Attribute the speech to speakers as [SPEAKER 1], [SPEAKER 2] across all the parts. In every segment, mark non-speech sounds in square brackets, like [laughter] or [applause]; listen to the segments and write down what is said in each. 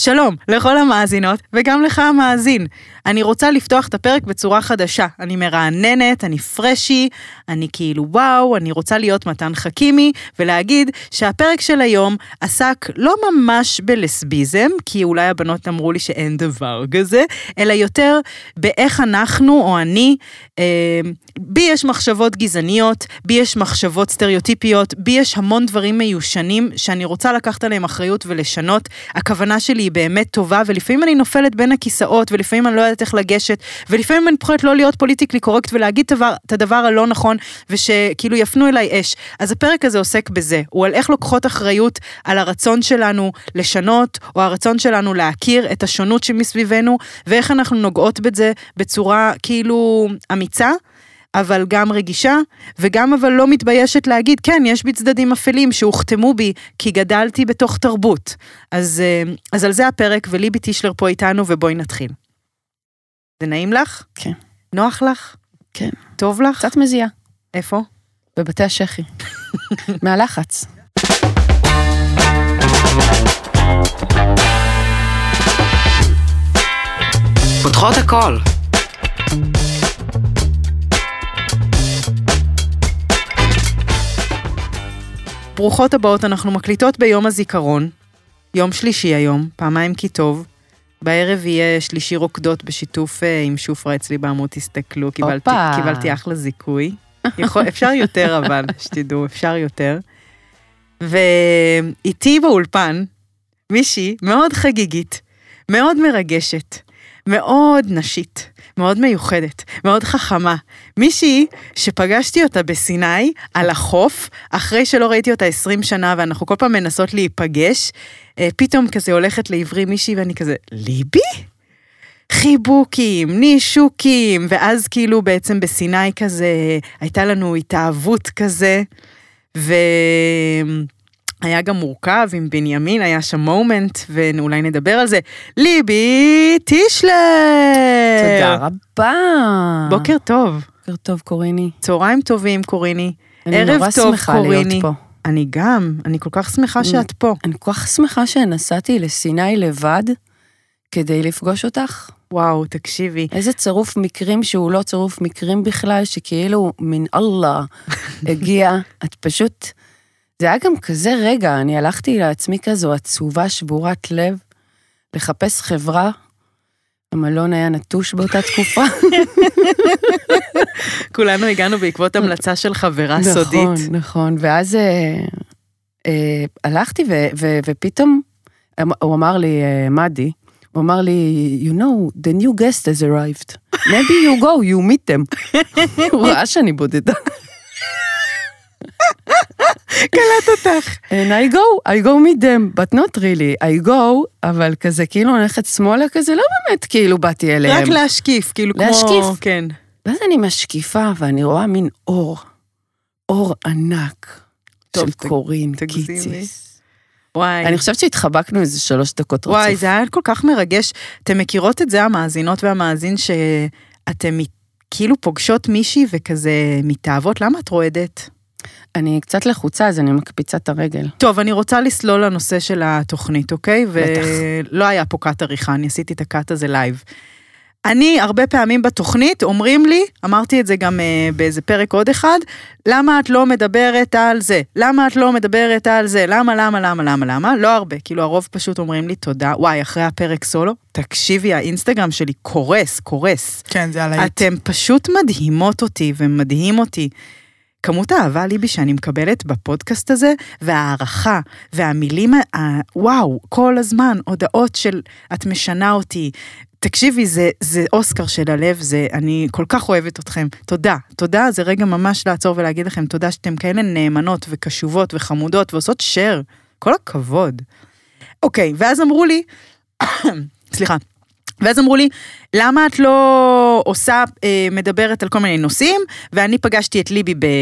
[SPEAKER 1] שלום לכל המאזינות וגם לך המאזין. אני רוצה לפתוח את הפרק בצורה חדשה. אני מרעננת, אני פרשי, אני כאילו וואו, אני רוצה להיות מתן חכימי ולהגיד שהפרק של היום עסק לא ממש בלסביזם, כי אולי הבנות אמרו לי שאין דבר כזה, אלא יותר באיך אנחנו או אני, אה, בי יש מחשבות גזעניות, בי יש מחשבות סטריאוטיפיות, בי יש המון דברים מיושנים שאני רוצה לקחת עליהם אחריות ולשנות. הכוונה שלי היא באמת טובה, ולפעמים אני נופלת בין הכיסאות, ולפעמים אני לא יודעת איך לגשת, ולפעמים אני בוחרת לא להיות פוליטיקלי קורקט ולהגיד דבר, את הדבר הלא נכון, ושכאילו יפנו אליי אש. אז הפרק הזה עוסק בזה, הוא על איך לוקחות אחריות על הרצון שלנו לשנות, או הרצון שלנו להכיר את השונות שמסביבנו, ואיך אנחנו נוגעות בזה בצורה כאילו אמיצה. אבל גם רגישה, וגם אבל לא מתביישת להגיד, כן, יש בי צדדים אפלים שהוכתמו בי, כי גדלתי בתוך תרבות. אז, אה, אז על זה הפרק, וליבי טישלר פה איתנו, ובואי נתחיל. זה נעים לך?
[SPEAKER 2] כן.
[SPEAKER 1] נוח לך?
[SPEAKER 2] כן.
[SPEAKER 1] טוב לך?
[SPEAKER 2] קצת מזיעה,
[SPEAKER 1] איפה?
[SPEAKER 2] בבתי השחי. מהלחץ.
[SPEAKER 3] פותחות הכל.
[SPEAKER 1] ברוכות הבאות, אנחנו מקליטות ביום הזיכרון, יום שלישי היום, פעמיים כי טוב. בערב יהיה שלישי רוקדות בשיתוף אה, עם שופרה אצלי בעמוד, תסתכלו, קיבלתי,
[SPEAKER 2] הופה.
[SPEAKER 1] קיבלתי אחלה זיכוי. יכול, [laughs] אפשר יותר אבל, שתדעו, אפשר יותר. ואיתי באולפן מישהי מאוד חגיגית, מאוד מרגשת, מאוד נשית, מאוד מיוחדת, מאוד חכמה. מישהי שפגשתי אותה בסיני, על החוף, אחרי שלא ראיתי אותה 20 שנה ואנחנו כל פעם מנסות להיפגש, אה, פתאום כזה הולכת לעברי מישהי ואני כזה, ליבי? חיבוקים, נישוקים, ואז כאילו בעצם בסיני כזה, הייתה לנו התאהבות כזה, והיה גם מורכב עם בנימין, היה שם מומנט, ואולי נדבר על זה. ליבי טישלר!
[SPEAKER 2] תודה רבה.
[SPEAKER 1] בוקר טוב.
[SPEAKER 2] אה, בוקר טוב, קוריני.
[SPEAKER 1] צהריים טובים, קוריני.
[SPEAKER 2] אני
[SPEAKER 1] ערב
[SPEAKER 2] נורא
[SPEAKER 1] טוב,
[SPEAKER 2] שמחה להיות
[SPEAKER 1] קוריני.
[SPEAKER 2] פה.
[SPEAKER 1] אני גם, אני כל כך
[SPEAKER 2] Mm.
[SPEAKER 1] שמחה שאת פה.
[SPEAKER 2] אני כל כך שמחה שנסעתי לסיני לבד כדי לפגוש אותך.
[SPEAKER 1] וואו, תקשיבי.
[SPEAKER 2] איזה צירוף מקרים שהוא לא צירוף מקרים בכלל, שכאילו מן אללה
[SPEAKER 1] [laughs]
[SPEAKER 2] הגיע. את פשוט... זה היה גם כזה רגע, אני הלכתי לעצמי כזו עצובה, שבורת לב, לחפש חברה. המלון היה נטוש באותה תקופה.
[SPEAKER 1] כולנו הגענו בעקבות המלצה של חברה
[SPEAKER 2] נכון,
[SPEAKER 1] סודית.
[SPEAKER 2] נכון, ואז אה, אה, הלכתי ו, ו, ופתאום, אמ- הוא אמר לי, אה, מאדי, הוא אמר לי, you know, the new guest has arrived. maybe you go, you meet them. [laughs] הוא ראה שאני בודדה.
[SPEAKER 1] קלט אותך.
[SPEAKER 2] And I go, I go meet them, but not really, I go, אבל כזה כאילו הולכת שמאלה כזה, לא באמת כאילו באתי אליהם.
[SPEAKER 1] רק להשקיף, כאילו כמו...
[SPEAKER 2] להשקיף.
[SPEAKER 1] כן.
[SPEAKER 2] ואז אני משקיפה ואני רואה מין אור, אור ענק
[SPEAKER 1] טוב,
[SPEAKER 2] של
[SPEAKER 1] ת-
[SPEAKER 2] קורין
[SPEAKER 1] תגזימי.
[SPEAKER 2] קיציס.
[SPEAKER 1] וואי.
[SPEAKER 2] אני חושבת שהתחבקנו איזה שלוש דקות רצוף.
[SPEAKER 1] אוקיי. וואי, זה היה כל כך מרגש. אתם מכירות את זה, המאזינות והמאזין, שאתם מ- כאילו פוגשות מישהי וכזה מתאהבות? למה את רועדת?
[SPEAKER 2] אני קצת לחוצה, אז אני מקפיצה את הרגל.
[SPEAKER 1] טוב, אני רוצה לסלול לנושא של התוכנית, אוקיי?
[SPEAKER 2] בטח.
[SPEAKER 1] ולא היה פה קאט עריכה, אני עשיתי את הקאט הזה לייב. אני, הרבה פעמים בתוכנית, אומרים לי, אמרתי את זה גם אה, באיזה פרק עוד אחד, למה את לא מדברת על זה? למה את לא מדברת על זה? למה, למה, למה, למה, למה? לא הרבה, כאילו הרוב פשוט אומרים לי תודה. וואי, אחרי הפרק סולו, תקשיבי, האינסטגרם שלי קורס, קורס.
[SPEAKER 4] כן, זה על היט.
[SPEAKER 1] אתן פשוט מדהימות אותי ומדהים אותי. כמות האהבה, ליבי, שאני מקבלת בפודקאסט הזה, וההערכה, והמילים, ה- ה- וואו, כל הזמן, הודעות של את משנה אותי. תקשיבי, זה, זה אוסקר של הלב, זה, אני כל כך אוהבת אתכם. תודה, תודה, זה רגע ממש לעצור ולהגיד לכם תודה שאתם כאלה נאמנות וקשובות וחמודות ועושות share. כל הכבוד. אוקיי, ואז אמרו לי, [coughs] סליחה, ואז אמרו לי, למה את לא עושה, אה, מדברת על כל מיני נושאים? ואני פגשתי את ליבי ב-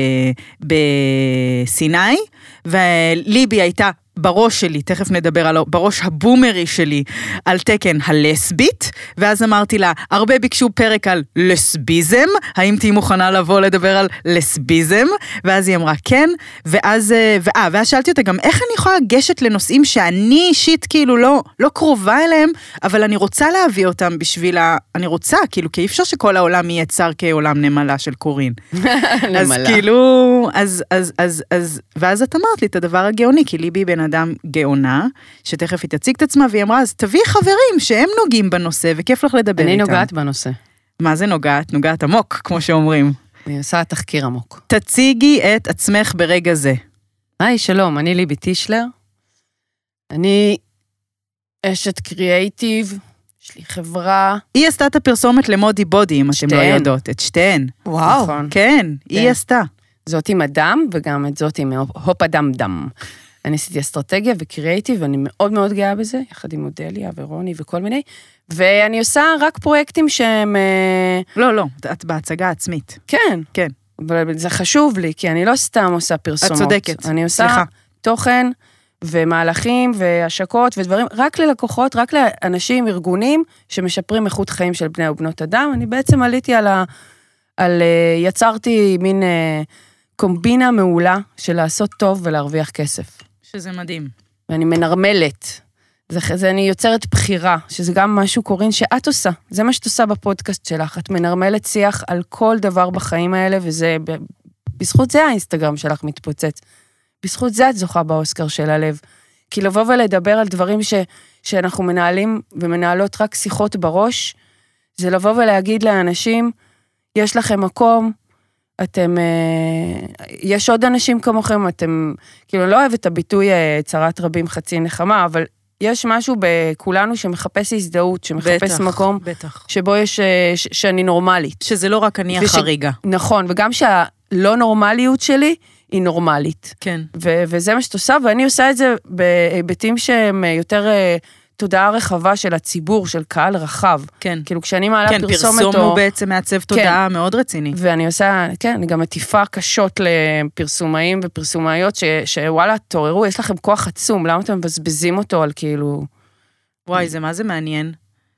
[SPEAKER 1] בסיני, וליבי הייתה בראש שלי, תכף נדבר על ה- בראש הבומרי שלי, על תקן הלסבית, ואז אמרתי לה, הרבה ביקשו פרק על לסביזם, האם תהיי מוכנה לבוא לדבר על לסביזם? ואז היא אמרה כן, ואז, אה, ו- אה, ואז שאלתי אותה גם איך אני יכולה לגשת לנושאים שאני אישית כאילו לא, לא קרובה אליהם, אבל אני רוצה להביא אותם בשביל ה... אני רוצה, כאילו, כי אי אפשר שכל העולם יהיה צר כעולם נמלה של קורין. [laughs] אז
[SPEAKER 2] נמלה.
[SPEAKER 1] כאילו, אז, אז, אז, אז, ואז את אמרת לי את הדבר הגאוני, כי ליבי בן אדם גאונה, שתכף היא תציג את עצמה, והיא אמרה, אז תביאי חברים שהם נוגעים בנושא, וכיף לך לדבר
[SPEAKER 2] אני
[SPEAKER 1] לא איתם.
[SPEAKER 2] נוגעת בנושא.
[SPEAKER 1] מה זה נוגעת? נוגעת עמוק, כמו שאומרים.
[SPEAKER 2] אני עושה תחקיר עמוק.
[SPEAKER 1] תציגי את עצמך ברגע זה.
[SPEAKER 2] היי, שלום, אני ליבי טישלר. אני אשת קריאייטיב, יש לי חברה.
[SPEAKER 1] היא עשתה את הפרסומת למודי בודי, אם אתם לא
[SPEAKER 2] שתיהן.
[SPEAKER 1] יודעות, את שתיהן.
[SPEAKER 4] וואו.
[SPEAKER 2] נכון.
[SPEAKER 1] כן, היא עשתה.
[SPEAKER 2] זאת עם הדם, וגם את זאת עם הופ הדם דם. אני עשיתי אסטרטגיה וקריאייטיב, ואני מאוד מאוד גאה בזה, יחד עם אודליה ורוני וכל מיני, ואני עושה רק פרויקטים שהם... אה,
[SPEAKER 1] לא, לא, את בהצגה עצמית.
[SPEAKER 2] כן.
[SPEAKER 1] כן.
[SPEAKER 2] אבל זה חשוב לי, כי אני לא סתם עושה פרסומות.
[SPEAKER 1] צודקת.
[SPEAKER 2] אני עושה
[SPEAKER 1] סליחה.
[SPEAKER 2] סליחה. תוכן ומהלכים והשקות ודברים, רק ללקוחות, רק לאנשים, ארגונים, שמשפרים איכות חיים של בני ובנות אדם. אני בעצם עליתי על ה... על... אה, יצרתי מין אה, קומבינה מעולה של לעשות טוב ולהרוויח כסף.
[SPEAKER 1] שזה מדהים.
[SPEAKER 2] ואני מנרמלת. זה, זה אני יוצרת בחירה, שזה גם משהו, קורין, שאת עושה. זה מה שאת עושה בפודקאסט שלך. את מנרמלת שיח על כל דבר בחיים האלה, וזה... ב- בזכות זה האינסטגרם שלך מתפוצץ. בזכות זה את זוכה באוסקר של הלב. כי לבוא ולדבר על דברים ש, שאנחנו מנהלים ומנהלות רק שיחות בראש, זה לבוא ולהגיד לאנשים, יש לכם מקום, אתם, אה, יש עוד אנשים כמוכם, אתם, כאילו, אני לא אוהבת את הביטוי אה, צרת רבים חצי נחמה, אבל יש משהו בכולנו שמחפש הזדהות, שמחפש
[SPEAKER 1] בטח,
[SPEAKER 2] מקום
[SPEAKER 1] בטח.
[SPEAKER 2] שבו יש, אה, ש, שאני נורמלית.
[SPEAKER 1] שזה לא רק אני
[SPEAKER 2] וש-
[SPEAKER 1] החריגה.
[SPEAKER 2] נכון, וגם שהלא נורמליות שלי היא נורמלית.
[SPEAKER 1] כן.
[SPEAKER 2] ו- וזה מה שאת עושה, ואני עושה את זה בהיבטים שהם אה, יותר אה, תודעה רחבה של הציבור, של קהל רחב.
[SPEAKER 1] כן.
[SPEAKER 2] כאילו, כשאני מעלה
[SPEAKER 1] כן,
[SPEAKER 2] פרסומת
[SPEAKER 1] פרסום
[SPEAKER 2] או... כן.
[SPEAKER 1] הוא בעצם מעצב תודעה מאוד רציני.
[SPEAKER 2] ואני עושה, כן, אני גם מטיפה קשות לפרסומאים ופרסומאיות, ש, שוואלה, תעוררו, יש לכם כוח עצום, למה אתם מבזבזים אותו על כאילו...
[SPEAKER 1] וואי, זה מה זה מעניין.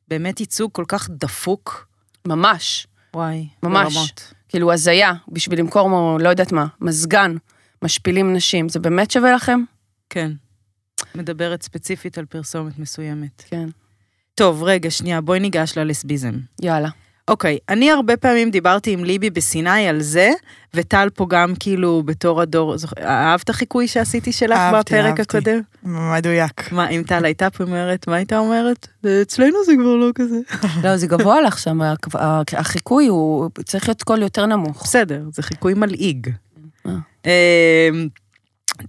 [SPEAKER 1] באמת ייצוג כל כך דפוק.
[SPEAKER 2] ממש,
[SPEAKER 1] וואי,
[SPEAKER 2] ממש.
[SPEAKER 1] ברמות.
[SPEAKER 2] כאילו הזיה, בשביל למכור, מו- לא יודעת מה, מזגן, משפילים נשים, זה באמת שווה לכם?
[SPEAKER 1] כן. מדברת ספציפית על פרסומת מסוימת.
[SPEAKER 2] כן.
[SPEAKER 1] טוב, רגע, שנייה, בואי ניגש ללסביזם.
[SPEAKER 2] יאללה.
[SPEAKER 1] אוקיי, אני הרבה פעמים דיברתי עם ליבי בסיני על זה, וטל פה גם כאילו בתור הדור, זוכ... אהבת חיקוי שעשיתי שלך
[SPEAKER 4] אהבתי,
[SPEAKER 1] בפרק
[SPEAKER 4] אהבתי.
[SPEAKER 1] הקודם?
[SPEAKER 4] מדויק.
[SPEAKER 1] מה, אם טל הייתה פה אומרת, מה הייתה אומרת? אצלנו זה כבר לא כזה.
[SPEAKER 2] לא, זה גבוה לך שם, הכ- הכ- החיקוי הוא צריך להיות קול יותר נמוך.
[SPEAKER 1] בסדר, זה חיקוי מלעיג.
[SPEAKER 2] אה.
[SPEAKER 1] אה,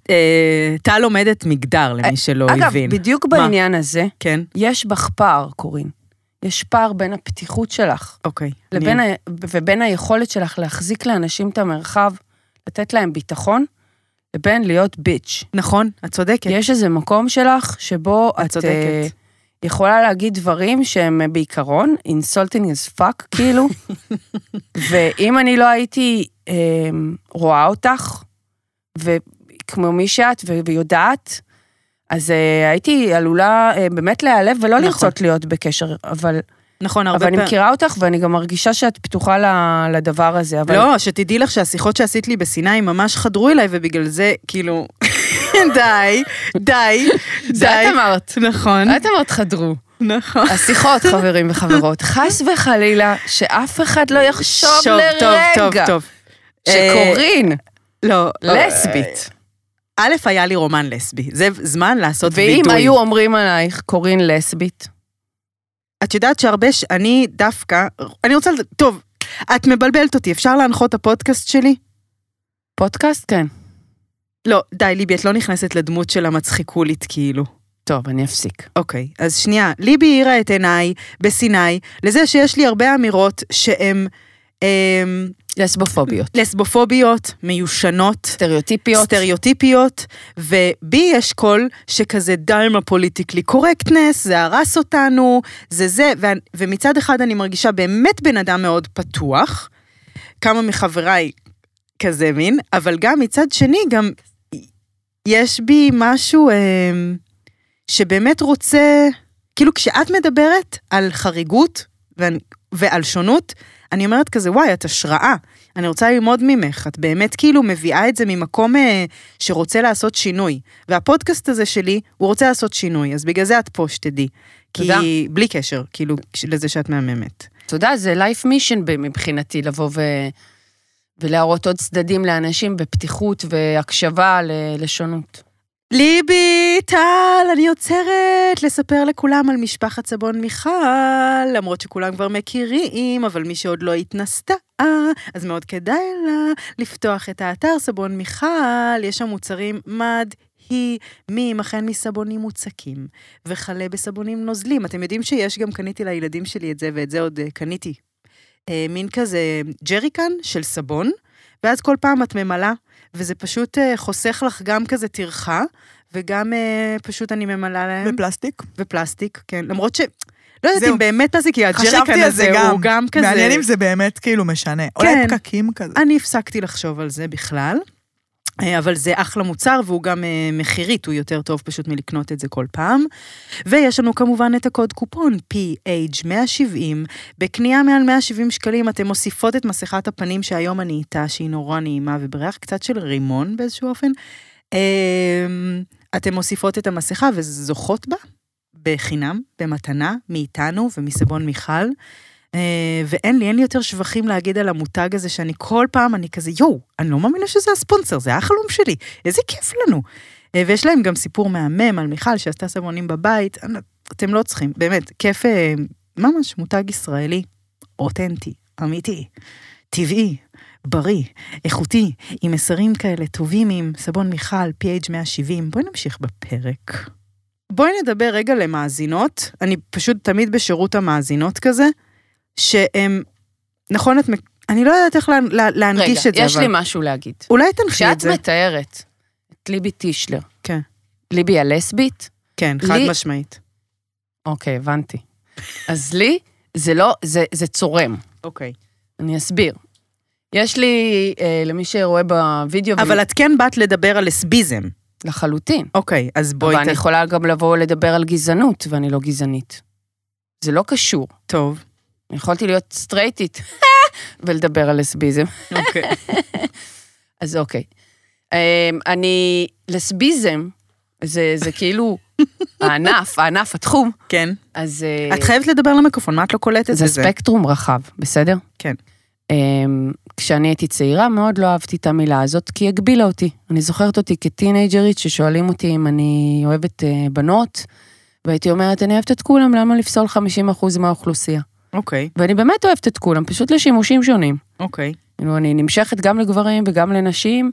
[SPEAKER 1] אה, טל לומדת מגדר, למי שלא
[SPEAKER 2] אה, אגב,
[SPEAKER 1] לא הבין.
[SPEAKER 2] בדיוק
[SPEAKER 1] מה?
[SPEAKER 2] בעניין הזה,
[SPEAKER 1] כן,
[SPEAKER 2] יש בך פער, קורין. יש פער בין הפתיחות שלך
[SPEAKER 1] אוקיי.
[SPEAKER 2] לבין
[SPEAKER 1] אני-
[SPEAKER 2] ה... ובין היכולת שלך להחזיק לאנשים את המרחב, לתת להם ביטחון, לבין להיות ביץ'.
[SPEAKER 1] נכון, את צודקת.
[SPEAKER 2] כן. יש איזה מקום שלך שבו את,
[SPEAKER 1] צודקת.
[SPEAKER 2] אה, יכולה להגיד דברים שהם אה, בעיקרון insulting as fuck, [laughs] כאילו. ואם אני לא הייתי אה, רואה אותך, וכמו מי שאת ו- ויודעת, אז אה, הייתי עלולה אה, באמת להיעלב ולא
[SPEAKER 1] נכון.
[SPEAKER 2] נכון. לרצות להיות בקשר, אבל,
[SPEAKER 1] נכון, הרבה
[SPEAKER 2] אבל אני
[SPEAKER 1] פעמים.
[SPEAKER 2] מכירה אותך ואני גם מרגישה שאת פתוחה ל- לדבר הזה, אבל...
[SPEAKER 1] לא, שתדעי לך שהשיחות שעשית לי בסיני ממש חדרו אליי, ובגלל זה, כאילו, [laughs] די, די, די.
[SPEAKER 2] אמרת.
[SPEAKER 1] נכון,
[SPEAKER 2] את אמרת חדרו.
[SPEAKER 1] נכון.
[SPEAKER 2] השיחות, חברים וחברות, חס וחלילה, שאף אחד לא יחשוב
[SPEAKER 1] שוב,
[SPEAKER 2] לרגע
[SPEAKER 1] טוב, טוב, טוב. אה,
[SPEAKER 2] שקורין
[SPEAKER 1] לא,
[SPEAKER 2] לסבית.
[SPEAKER 1] א', היה לי רומן לסבי, זה זמן לעשות וידוי.
[SPEAKER 2] ואם היו אומרים עלייך קורין לסבית,
[SPEAKER 1] את יודעת שהרבה, ש... אני דווקא, אני רוצה, לד- טוב, את מבלבלת אותי, אפשר להנחות את הפודקאסט שלי?
[SPEAKER 2] פודקאסט כן.
[SPEAKER 1] לא, די, ליבי, את לא נכנסת לדמות של המצחיקולית כאילו.
[SPEAKER 2] טוב, אני אפסיק.
[SPEAKER 1] אוקיי, אז שנייה, ליבי האירה את עיניי בסיני לזה שיש לי הרבה אמירות שהן אמ,
[SPEAKER 2] לסבופוביות.
[SPEAKER 1] לסבופוביות, מיושנות,
[SPEAKER 2] סטריאוטיפיות.
[SPEAKER 1] סטריאוטיפיות, ובי יש קול שכזה די עם הפוליטיקלי קורקטנס, זה הרס אותנו, זה זה, ו- ומצד אחד אני מרגישה באמת בן אדם מאוד פתוח, כמה מחבריי כזה מין, אבל גם מצד שני, גם יש בי משהו אה, שבאמת רוצה, כאילו כשאת מדברת על חריגות ואני- ועל שונות, אני אומרת כזה, וואי, את השראה, אני רוצה ללמוד ממך, את באמת כאילו מביאה את זה ממקום אה, שרוצה לעשות שינוי. והפודקאסט הזה שלי, הוא רוצה לעשות שינוי, אז בגלל זה את פה, שתדעי. כי
[SPEAKER 2] תודה.
[SPEAKER 1] בלי קשר, כאילו, כש- לזה שאת מהממת.
[SPEAKER 2] אתה יודע, זה לייף מישן מבחינתי, לבוא ו... ולהראות עוד צדדים לאנשים בפתיחות והקשבה ל- לשונות.
[SPEAKER 1] ליבי טל, אני עוצרת לספר לכולם על משפחת סבון מיכל, למרות שכולם כבר מכירים, אבל מי שעוד לא התנסתה, אז מאוד כדאי לה לפתוח את האתר סבון מיכל, יש שם מוצרים מדהימים, החל מסבונים מוצקים, וכלה בסבונים נוזלים. אתם יודעים שיש גם, קניתי לילדים שלי את זה, ואת זה עוד אה, קניתי. אה, מין כזה ג'ריקן של סבון, ואז כל פעם את ממלאה, וזה פשוט אה, חוסך לך גם כזה טרחה, וגם אה, פשוט אני ממלאה להם.
[SPEAKER 4] בפלסטיק.
[SPEAKER 1] ופלסטיק, כן. למרות ש... לא יודעת
[SPEAKER 4] זהו.
[SPEAKER 1] אם באמת פלסטיק, כי הג'ריקן
[SPEAKER 4] חשבתי על
[SPEAKER 1] הזה
[SPEAKER 4] זה גם.
[SPEAKER 1] הוא גם כזה...
[SPEAKER 4] מעניין אם זה באמת כאילו משנה.
[SPEAKER 1] כן.
[SPEAKER 4] אולי פקקים כזה.
[SPEAKER 1] אני הפסקתי לחשוב על זה בכלל, אה, אבל זה אחלה מוצר והוא גם אה, מחירית, הוא יותר טוב פשוט מלקנות את זה כל פעם. ויש לנו כמובן את הקוד קופון PH170. בקנייה מעל 170 שקלים אתם מוסיפות את מסכת הפנים שהיום אני איתה, שהיא נורא נעימה ובריח קצת של רימון באיזשהו אופן. אה, אתם מוסיפות את המסכה וזוכות בה בחינם, במתנה, מאיתנו ומסבון מיכל. אה, ואין לי, אין לי יותר שבחים להגיד על המותג הזה, שאני כל פעם, אני כזה, יואו, אני לא מאמינה שזה הספונסר, זה החלום שלי, איזה כיף לנו. אה, ויש להם גם סיפור מהמם על מיכל שעשתה סבונים בבית, אני- אתם לא צריכים, באמת, כיף, אה, ממש מותג ישראלי, אותנטי, אמיתי, טבעי, בריא, איכותי, עם מסרים כאלה טובים עם סבון מיכל, PH 170, בואי נמשיך בפרק. בואי נדבר רגע למאזינות, אני פשוט תמיד בשירות המאזינות כזה, שהם, נכון, את, מק- אני לא יודעת איך לה, לה,
[SPEAKER 2] רגע,
[SPEAKER 1] להנגיש את זה,
[SPEAKER 2] יש
[SPEAKER 1] אבל
[SPEAKER 2] לי משהו להגיד.
[SPEAKER 1] אולי תנחי את
[SPEAKER 2] כשאת
[SPEAKER 1] זה.
[SPEAKER 2] מתארת את ליבי טישלר,
[SPEAKER 1] כן.
[SPEAKER 2] ליבי הלסבית,
[SPEAKER 1] כן, חד
[SPEAKER 2] לי-
[SPEAKER 1] משמעית.
[SPEAKER 2] אוקיי, הבנתי. אז לי, זה לא, זה, זה צורם.
[SPEAKER 1] אוקיי.
[SPEAKER 2] אני אסביר. יש לי, אה, למי שרואה בווידאו,
[SPEAKER 1] אבל את כן באת לדבר על לסביזם.
[SPEAKER 2] לחלוטין.
[SPEAKER 1] אוקיי, אז בואי
[SPEAKER 2] אבל אני
[SPEAKER 1] ת...
[SPEAKER 2] יכולה גם לבוא לדבר על גזענות, ואני לא גזענית. זה לא קשור.
[SPEAKER 1] טוב.
[SPEAKER 2] יכולתי להיות סטרייטית [laughs] ולדבר על לסביזם.
[SPEAKER 1] אוקיי.
[SPEAKER 2] אז אוקיי. אמ, אני, לסביזם, זה, זה
[SPEAKER 1] [laughs]
[SPEAKER 2] כאילו הענף, הענף, התחום.
[SPEAKER 1] [laughs] כן.
[SPEAKER 2] אז... אה,
[SPEAKER 1] את חייבת לדבר למיקרופון, מה את לא קולטת את
[SPEAKER 2] זה
[SPEAKER 1] זה?
[SPEAKER 2] ספקטרום רחב, בסדר?
[SPEAKER 1] כן.
[SPEAKER 2] אמ, כשאני הייתי צעירה, מאוד לא אהבתי את המילה הזאת, כי היא הגבילה אותי. אני זוכרת אותי כטינג'רית ששואלים אותי אם אני אוהבת אה, בנות, והייתי אומרת, אני אוהבת את כולם, למה לפסול 50% מהאוכלוסייה?
[SPEAKER 1] אוקיי,
[SPEAKER 2] ואני באמת אוהבת את כולם, פשוט לשימושים שונים.
[SPEAKER 1] אוקיי.
[SPEAKER 2] כאילו, אני נמשכת גם לגברים וגם לנשים,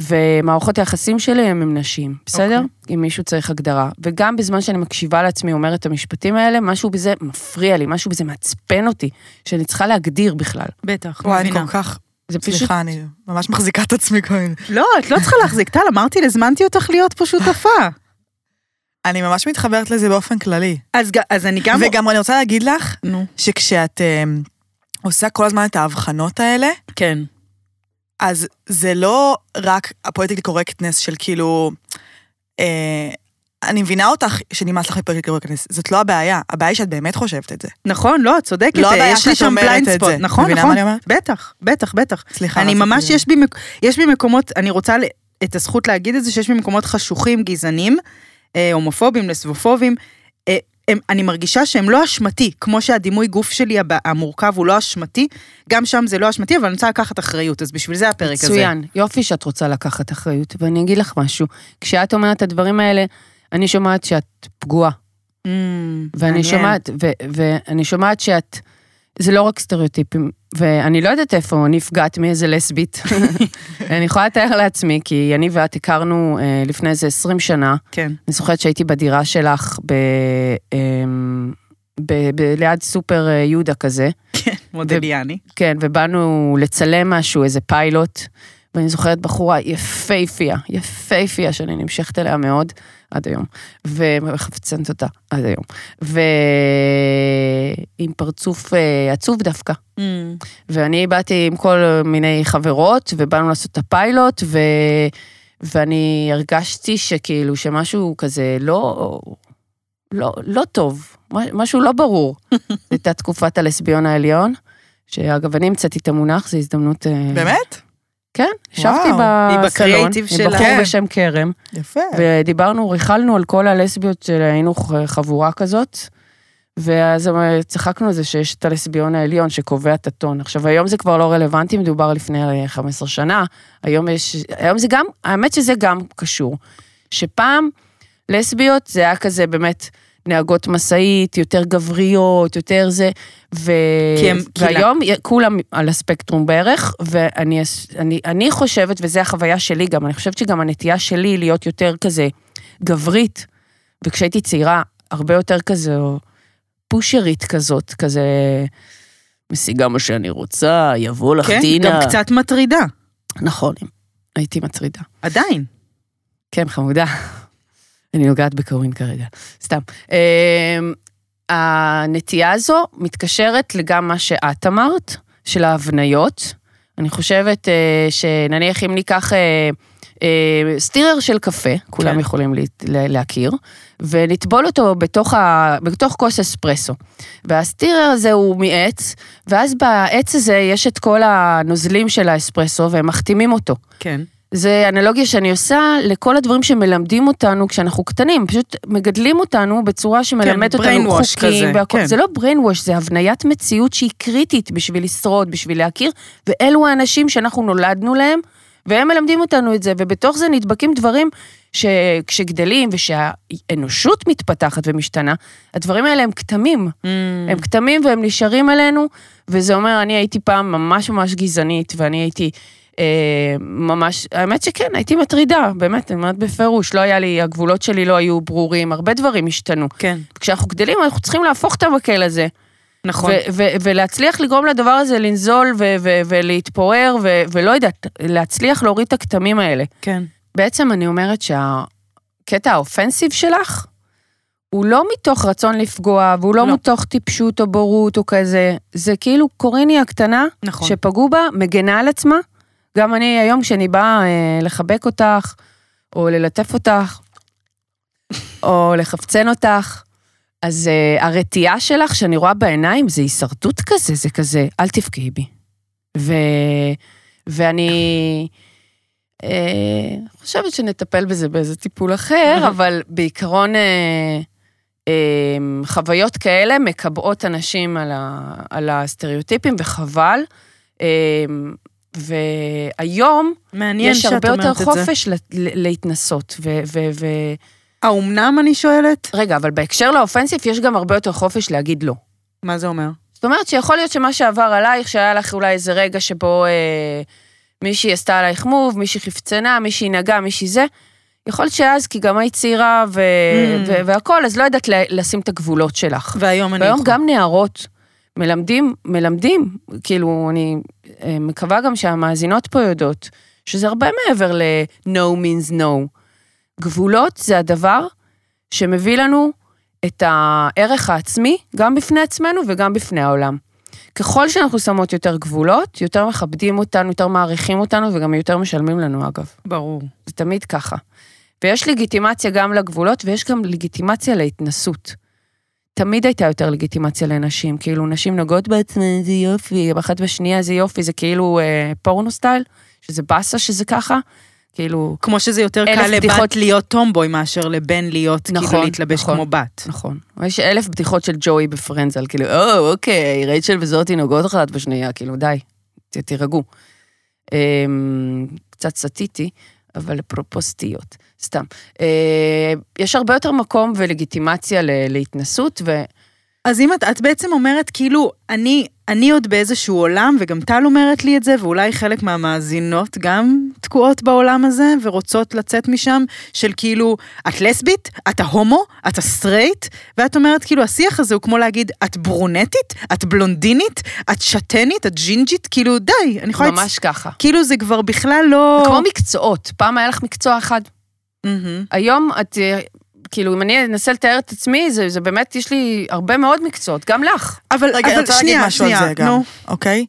[SPEAKER 2] ומערכות היחסים שלי הם עם נשים, בסדר? אם מישהו צריך הגדרה. וגם בזמן שאני מקשיבה לעצמי אומרת את המשפטים האלה, משהו בזה מפריע לי, משהו בזה מעצבן אותי, שאני צריכה להגדיר בכלל.
[SPEAKER 1] בטח,
[SPEAKER 4] וואי,
[SPEAKER 1] לא
[SPEAKER 4] אני
[SPEAKER 1] מבינה.
[SPEAKER 4] כל כך...
[SPEAKER 2] זה פשוט...
[SPEAKER 4] סליחה, אני ממש מחזיקה את עצמי כאן.
[SPEAKER 1] לא, את לא צריכה להחזיק. טל, אמרתי, הזמנתי אותך להיות פה שותפה.
[SPEAKER 4] אני ממש מתחברת לזה באופן כללי.
[SPEAKER 1] [laughs] אז ג- אז אני גם...
[SPEAKER 4] וגם אני רוצה להגיד לך,
[SPEAKER 1] נו.
[SPEAKER 4] שכשאת אה, עושה כל הזמן את ההבחנות האלה,
[SPEAKER 1] כן.
[SPEAKER 4] אז זה לא רק הפוליטיקלי קורקטנס של כאילו... אה, אני מבינה אותך שנמאס לך מפוליטיקלי קורקטנס, זאת לא הבעיה, הבעיה היא שאת באמת חושבת את זה.
[SPEAKER 1] נכון, לא, את צודקת.
[SPEAKER 4] לא
[SPEAKER 1] אה,
[SPEAKER 4] הבעיה
[SPEAKER 1] יש לי
[SPEAKER 4] שאת
[SPEAKER 1] שם
[SPEAKER 4] אומרת
[SPEAKER 1] בליינד
[SPEAKER 4] את
[SPEAKER 1] ספוט.
[SPEAKER 4] זה.
[SPEAKER 1] נכון,
[SPEAKER 4] מבינה
[SPEAKER 1] נכון.
[SPEAKER 4] מה אני אומרת?
[SPEAKER 1] בטח, בטח, בטח.
[SPEAKER 4] סליחה,
[SPEAKER 1] אני
[SPEAKER 4] רציתי-
[SPEAKER 1] ממש,
[SPEAKER 2] כאילו-
[SPEAKER 1] יש בי, מק- יש בי מקומות, אני רוצה ל- את הזכות להגיד את זה, שיש בי מקומות חשוכים, גזענים, אה, הומופובים, לסבופובים. אה, הם, אני מרגישה שהם לא אשמתי, כמו שהדימוי גוף שלי הב- המורכב הוא לא אשמתי, גם שם זה לא אשמתי, אבל אני רוצה לקחת אחריות, אז בשביל זה הפרק הזה.
[SPEAKER 2] מצוין, יופי שאת רוצה לקחת אחריות, ואני אגיד לך משהו. כשאת אומרת את הדברים האלה, אני שומעת שאת פגועה,
[SPEAKER 1] Mm,
[SPEAKER 2] ואני
[SPEAKER 1] מעניין.
[SPEAKER 2] שומעת, ו- ואני שומעת שאת, זה לא רק סטריאוטיפים, ואני לא יודעת איפה נפגעת מאיזה לסבית. אני יכולה לתאר לעצמי, כי אני ואת הכרנו אה, לפני איזה 20 שנה,
[SPEAKER 1] כן,
[SPEAKER 2] אני זוכרת שהייתי בדירה שלך ב... אמ, ב- ב- ליד סופר אה, יהודה כזה,
[SPEAKER 1] מודליאני.
[SPEAKER 2] כן, ובאנו לצלם משהו, איזה פיילוט, ואני זוכרת בחורה יפייפייה, יפייפייה, שאני נמשכת אליה מאוד, עד היום, ומחפצנת אותה עד היום, ועם פרצוף אה, עצוב דווקא.
[SPEAKER 1] Mm.
[SPEAKER 2] ואני באתי עם כל מיני חברות, ובאנו לעשות את הפיילוט, ו... ואני הרגשתי שכאילו, שמשהו כזה לא, לא, לא טוב, מש- משהו לא
[SPEAKER 4] [laughs]
[SPEAKER 2] ברור. זו הייתה תקופת הלסביון העליון, שאגב, אני המצאתי את המונח, זו הזדמנות... אה,
[SPEAKER 4] באמת?
[SPEAKER 2] כן, ישבתי
[SPEAKER 4] וואו.
[SPEAKER 1] היא
[SPEAKER 2] בסלון,
[SPEAKER 1] בקריאיטיב
[SPEAKER 2] עם
[SPEAKER 1] שלה.
[SPEAKER 2] בחור
[SPEAKER 4] כן.
[SPEAKER 2] בשם כרם,
[SPEAKER 4] יפה.
[SPEAKER 2] ודיברנו, ריכלנו על כל הלסביות שהיינו חבורה כזאת, ואז אמר- צחקנו על זה שיש את הלסביון העליון שקובע את הטון. עכשיו, היום זה כבר לא רלוונטי, מדובר לפני אה, 15 שנה, היום יש, היום זה גם, האמת שזה גם קשור. שפעם לסביות זה היה כזה באמת נהגות משאית, יותר גבריות, יותר זה, ו...
[SPEAKER 1] כי הם- כי
[SPEAKER 2] והיום י- כולם על הספקטרום בערך, ואני אס- אני, אני חושבת, וזו החוויה שלי גם, אני חושבת שגם הנטייה שלי היא להיות יותר כזה גברית, וכשהייתי צעירה, הרבה יותר כזה פושרית כזאת, כזה משיגה מה שאני רוצה, יבוא לך
[SPEAKER 1] כן,
[SPEAKER 2] דינה.
[SPEAKER 1] גם קצת מטרידה,
[SPEAKER 2] נכון, הייתי מטרידה.
[SPEAKER 1] עדיין.
[SPEAKER 2] כן, חמודה. אני נוגעת בקורין כרגע, סתם. אמ, הנטייה הזו מתקשרת לגם מה שאת אמרת, של ההבניות. אני חושבת אה, שנניח אם ניקח אה, אה, סטירר של קפה, כולם
[SPEAKER 1] כן.
[SPEAKER 2] יכולים להת- לה- להכיר, ונטבול אותו בתוך, ה, בתוך כוס אספרסו. והסטירר הזה הוא מעץ, ואז בעץ הזה יש את כל הנוזלים של האספרסו, והם מחתימים אותו.
[SPEAKER 1] כן.
[SPEAKER 2] זה אנלוגיה שאני עושה לכל הדברים שמלמדים אותנו כשאנחנו קטנים, פשוט מגדלים אותנו בצורה שמלמד
[SPEAKER 1] כן,
[SPEAKER 2] אותנו
[SPEAKER 1] brainwash
[SPEAKER 2] חוקים
[SPEAKER 1] כזה,
[SPEAKER 2] והכל.
[SPEAKER 1] כן.
[SPEAKER 2] זה לא brainwash, זה הבניית מציאות שהיא קריטית בשביל לשרוד, בשביל להכיר, ואלו האנשים שאנחנו נולדנו להם, והם מלמדים אותנו את זה, ובתוך זה נדבקים דברים שכשגדלים ושהאנושות מתפתחת ומשתנה, הדברים האלה הם כתמים.
[SPEAKER 1] Mm,
[SPEAKER 2] הם כתמים והם נשארים אלינו, וזה אומר, אני הייתי פעם ממש ממש גזענית, ואני הייתי אה, ממש, האמת שכן, הייתי מטרידה, באמת, אני אומרת בפירוש, לא היה לי, הגבולות שלי לא היו ברורים, הרבה דברים השתנו.
[SPEAKER 1] כן,
[SPEAKER 2] כשאנחנו גדלים, אנחנו צריכים להפוך את המקל הזה,
[SPEAKER 1] נכון.
[SPEAKER 2] ו- ו- ולהצליח לגרום לדבר הזה לנזול ו- ו- ולהתפורר, ו- ולא יודעת, להצליח להוריד את הכתמים האלה.
[SPEAKER 1] כן.
[SPEAKER 2] בעצם אני אומרת שהקטע האופנסיב שלך, הוא לא מתוך רצון לפגוע, והוא לא,
[SPEAKER 1] לא.
[SPEAKER 2] לא מתוך טיפשות או בורות או כזה, זה כאילו קוריני הקטנה,
[SPEAKER 1] נכון.
[SPEAKER 2] שפגעו בה, מגנה על עצמה. גם אני היום, כשאני באה אה, לחבק אותך, או ללטף אותך, או לחפצן אותך, אז uh, הרתיעה שלך שאני רואה בעיניים זה הישרדות כזה, זה כזה, אל תפגעי בי. ו, ואני uh, חושבת שנטפל בזה באיזה טיפול אחר, אבל בעיקרון uh, um, חוויות כאלה מקבעות אנשים על, ה, על הסטריאוטיפים, וחבל. Um, והיום
[SPEAKER 1] מעניין
[SPEAKER 2] יש
[SPEAKER 1] שאת אומרת
[SPEAKER 2] הרבה יותר
[SPEAKER 1] את זה.
[SPEAKER 2] חופש לה, להתנסות, ו... ו, ו
[SPEAKER 1] האומנם אני שואלת?
[SPEAKER 2] רגע, אבל בהקשר לאופנסיב יש גם הרבה יותר חופש להגיד לא.
[SPEAKER 1] מה זה אומר?
[SPEAKER 2] זאת אומרת שיכול להיות שמה שעבר עלייך, שהיה לך אולי איזה רגע שבו אה, מישהי עשתה עלייך מוב, מישהי חפצנה, מישהי נגעה, מישהי זה, יכול להיות שאז, כי גם היית צעירה ו-
[SPEAKER 1] Mm.
[SPEAKER 2] ו- והכול, אז לא ידעת ל- לשים את הגבולות שלך.
[SPEAKER 1] והיום אני...
[SPEAKER 2] והיום
[SPEAKER 1] יכול.
[SPEAKER 2] גם נערות מלמדים, מלמדים, כאילו, אני אה, מקווה גם שהמאזינות פה יודעות, שזה הרבה מעבר ל-no means no. גבולות זה הדבר שמביא לנו את הערך העצמי, גם בפני עצמנו וגם בפני העולם. ככל שאנחנו שמות יותר גבולות, יותר מכבדים אותנו, יותר מעריכים אותנו וגם יותר משלמים לנו, אגב.
[SPEAKER 1] ברור.
[SPEAKER 2] זה תמיד ככה. ויש לגיטימציה גם לגבולות, ויש גם לגיטימציה להתנסות. תמיד הייתה יותר לגיטימציה לנשים, כאילו נשים נוגעות בעצמן, זה יופי, אחת בשנייה זה יופי, זה כאילו אה, פורנו סטייל, שזה באסה שזה ככה, כאילו,
[SPEAKER 1] כמו שזה יותר
[SPEAKER 2] אלף
[SPEAKER 1] קל
[SPEAKER 2] בדיחות-
[SPEAKER 1] לבת להיות טומבוי מאשר לבן להיות,
[SPEAKER 2] נכון,
[SPEAKER 1] כאילו להתלבש
[SPEAKER 2] נכון.
[SPEAKER 1] כמו בת.
[SPEAKER 2] נכון. יש אלף בדיחות של ג'וי בפרנדס, על כאילו, או, אוקיי, רייצ'ל וזאתי נוגעות אחת בשנייה, כאילו, די, ת- תירגעו. אמ, קצת סטיתי, אבל אפרופו סטיות, סתם. אה, יש הרבה יותר מקום ולגיטימציה ל- להתנסות, ו...
[SPEAKER 1] אז אם את, את בעצם אומרת, כאילו, אני, אני עוד באיזשהו עולם, וגם טל אומרת לי את זה, ואולי חלק מהמאזינות גם תקועות בעולם הזה, ורוצות לצאת משם, של כאילו, את לסבית, אתה הומו, אתה סטרייט, ואת אומרת, כאילו, השיח הזה הוא כמו להגיד, את ברונטית, את בלונדינית, את שתנית, את ג'ינג'ית, כאילו, די, אני יכולה...
[SPEAKER 2] ממש ככה.
[SPEAKER 1] כאילו, זה כבר בכלל לא...
[SPEAKER 2] כמו מקצועות, פעם היה לך מקצוע אחד,
[SPEAKER 1] מהמם.
[SPEAKER 2] היום את, אה, כאילו, אם אני אנסה לתאר את עצמי, זה, זה באמת, יש לי הרבה מאוד מקצועות, גם לך.
[SPEAKER 1] אבל,
[SPEAKER 4] רגע, אני
[SPEAKER 1] אבל
[SPEAKER 4] רוצה להגיד
[SPEAKER 1] שנייה,
[SPEAKER 4] משהו על
[SPEAKER 1] שנייה,
[SPEAKER 4] זה גם,
[SPEAKER 1] נו.
[SPEAKER 4] אוקיי?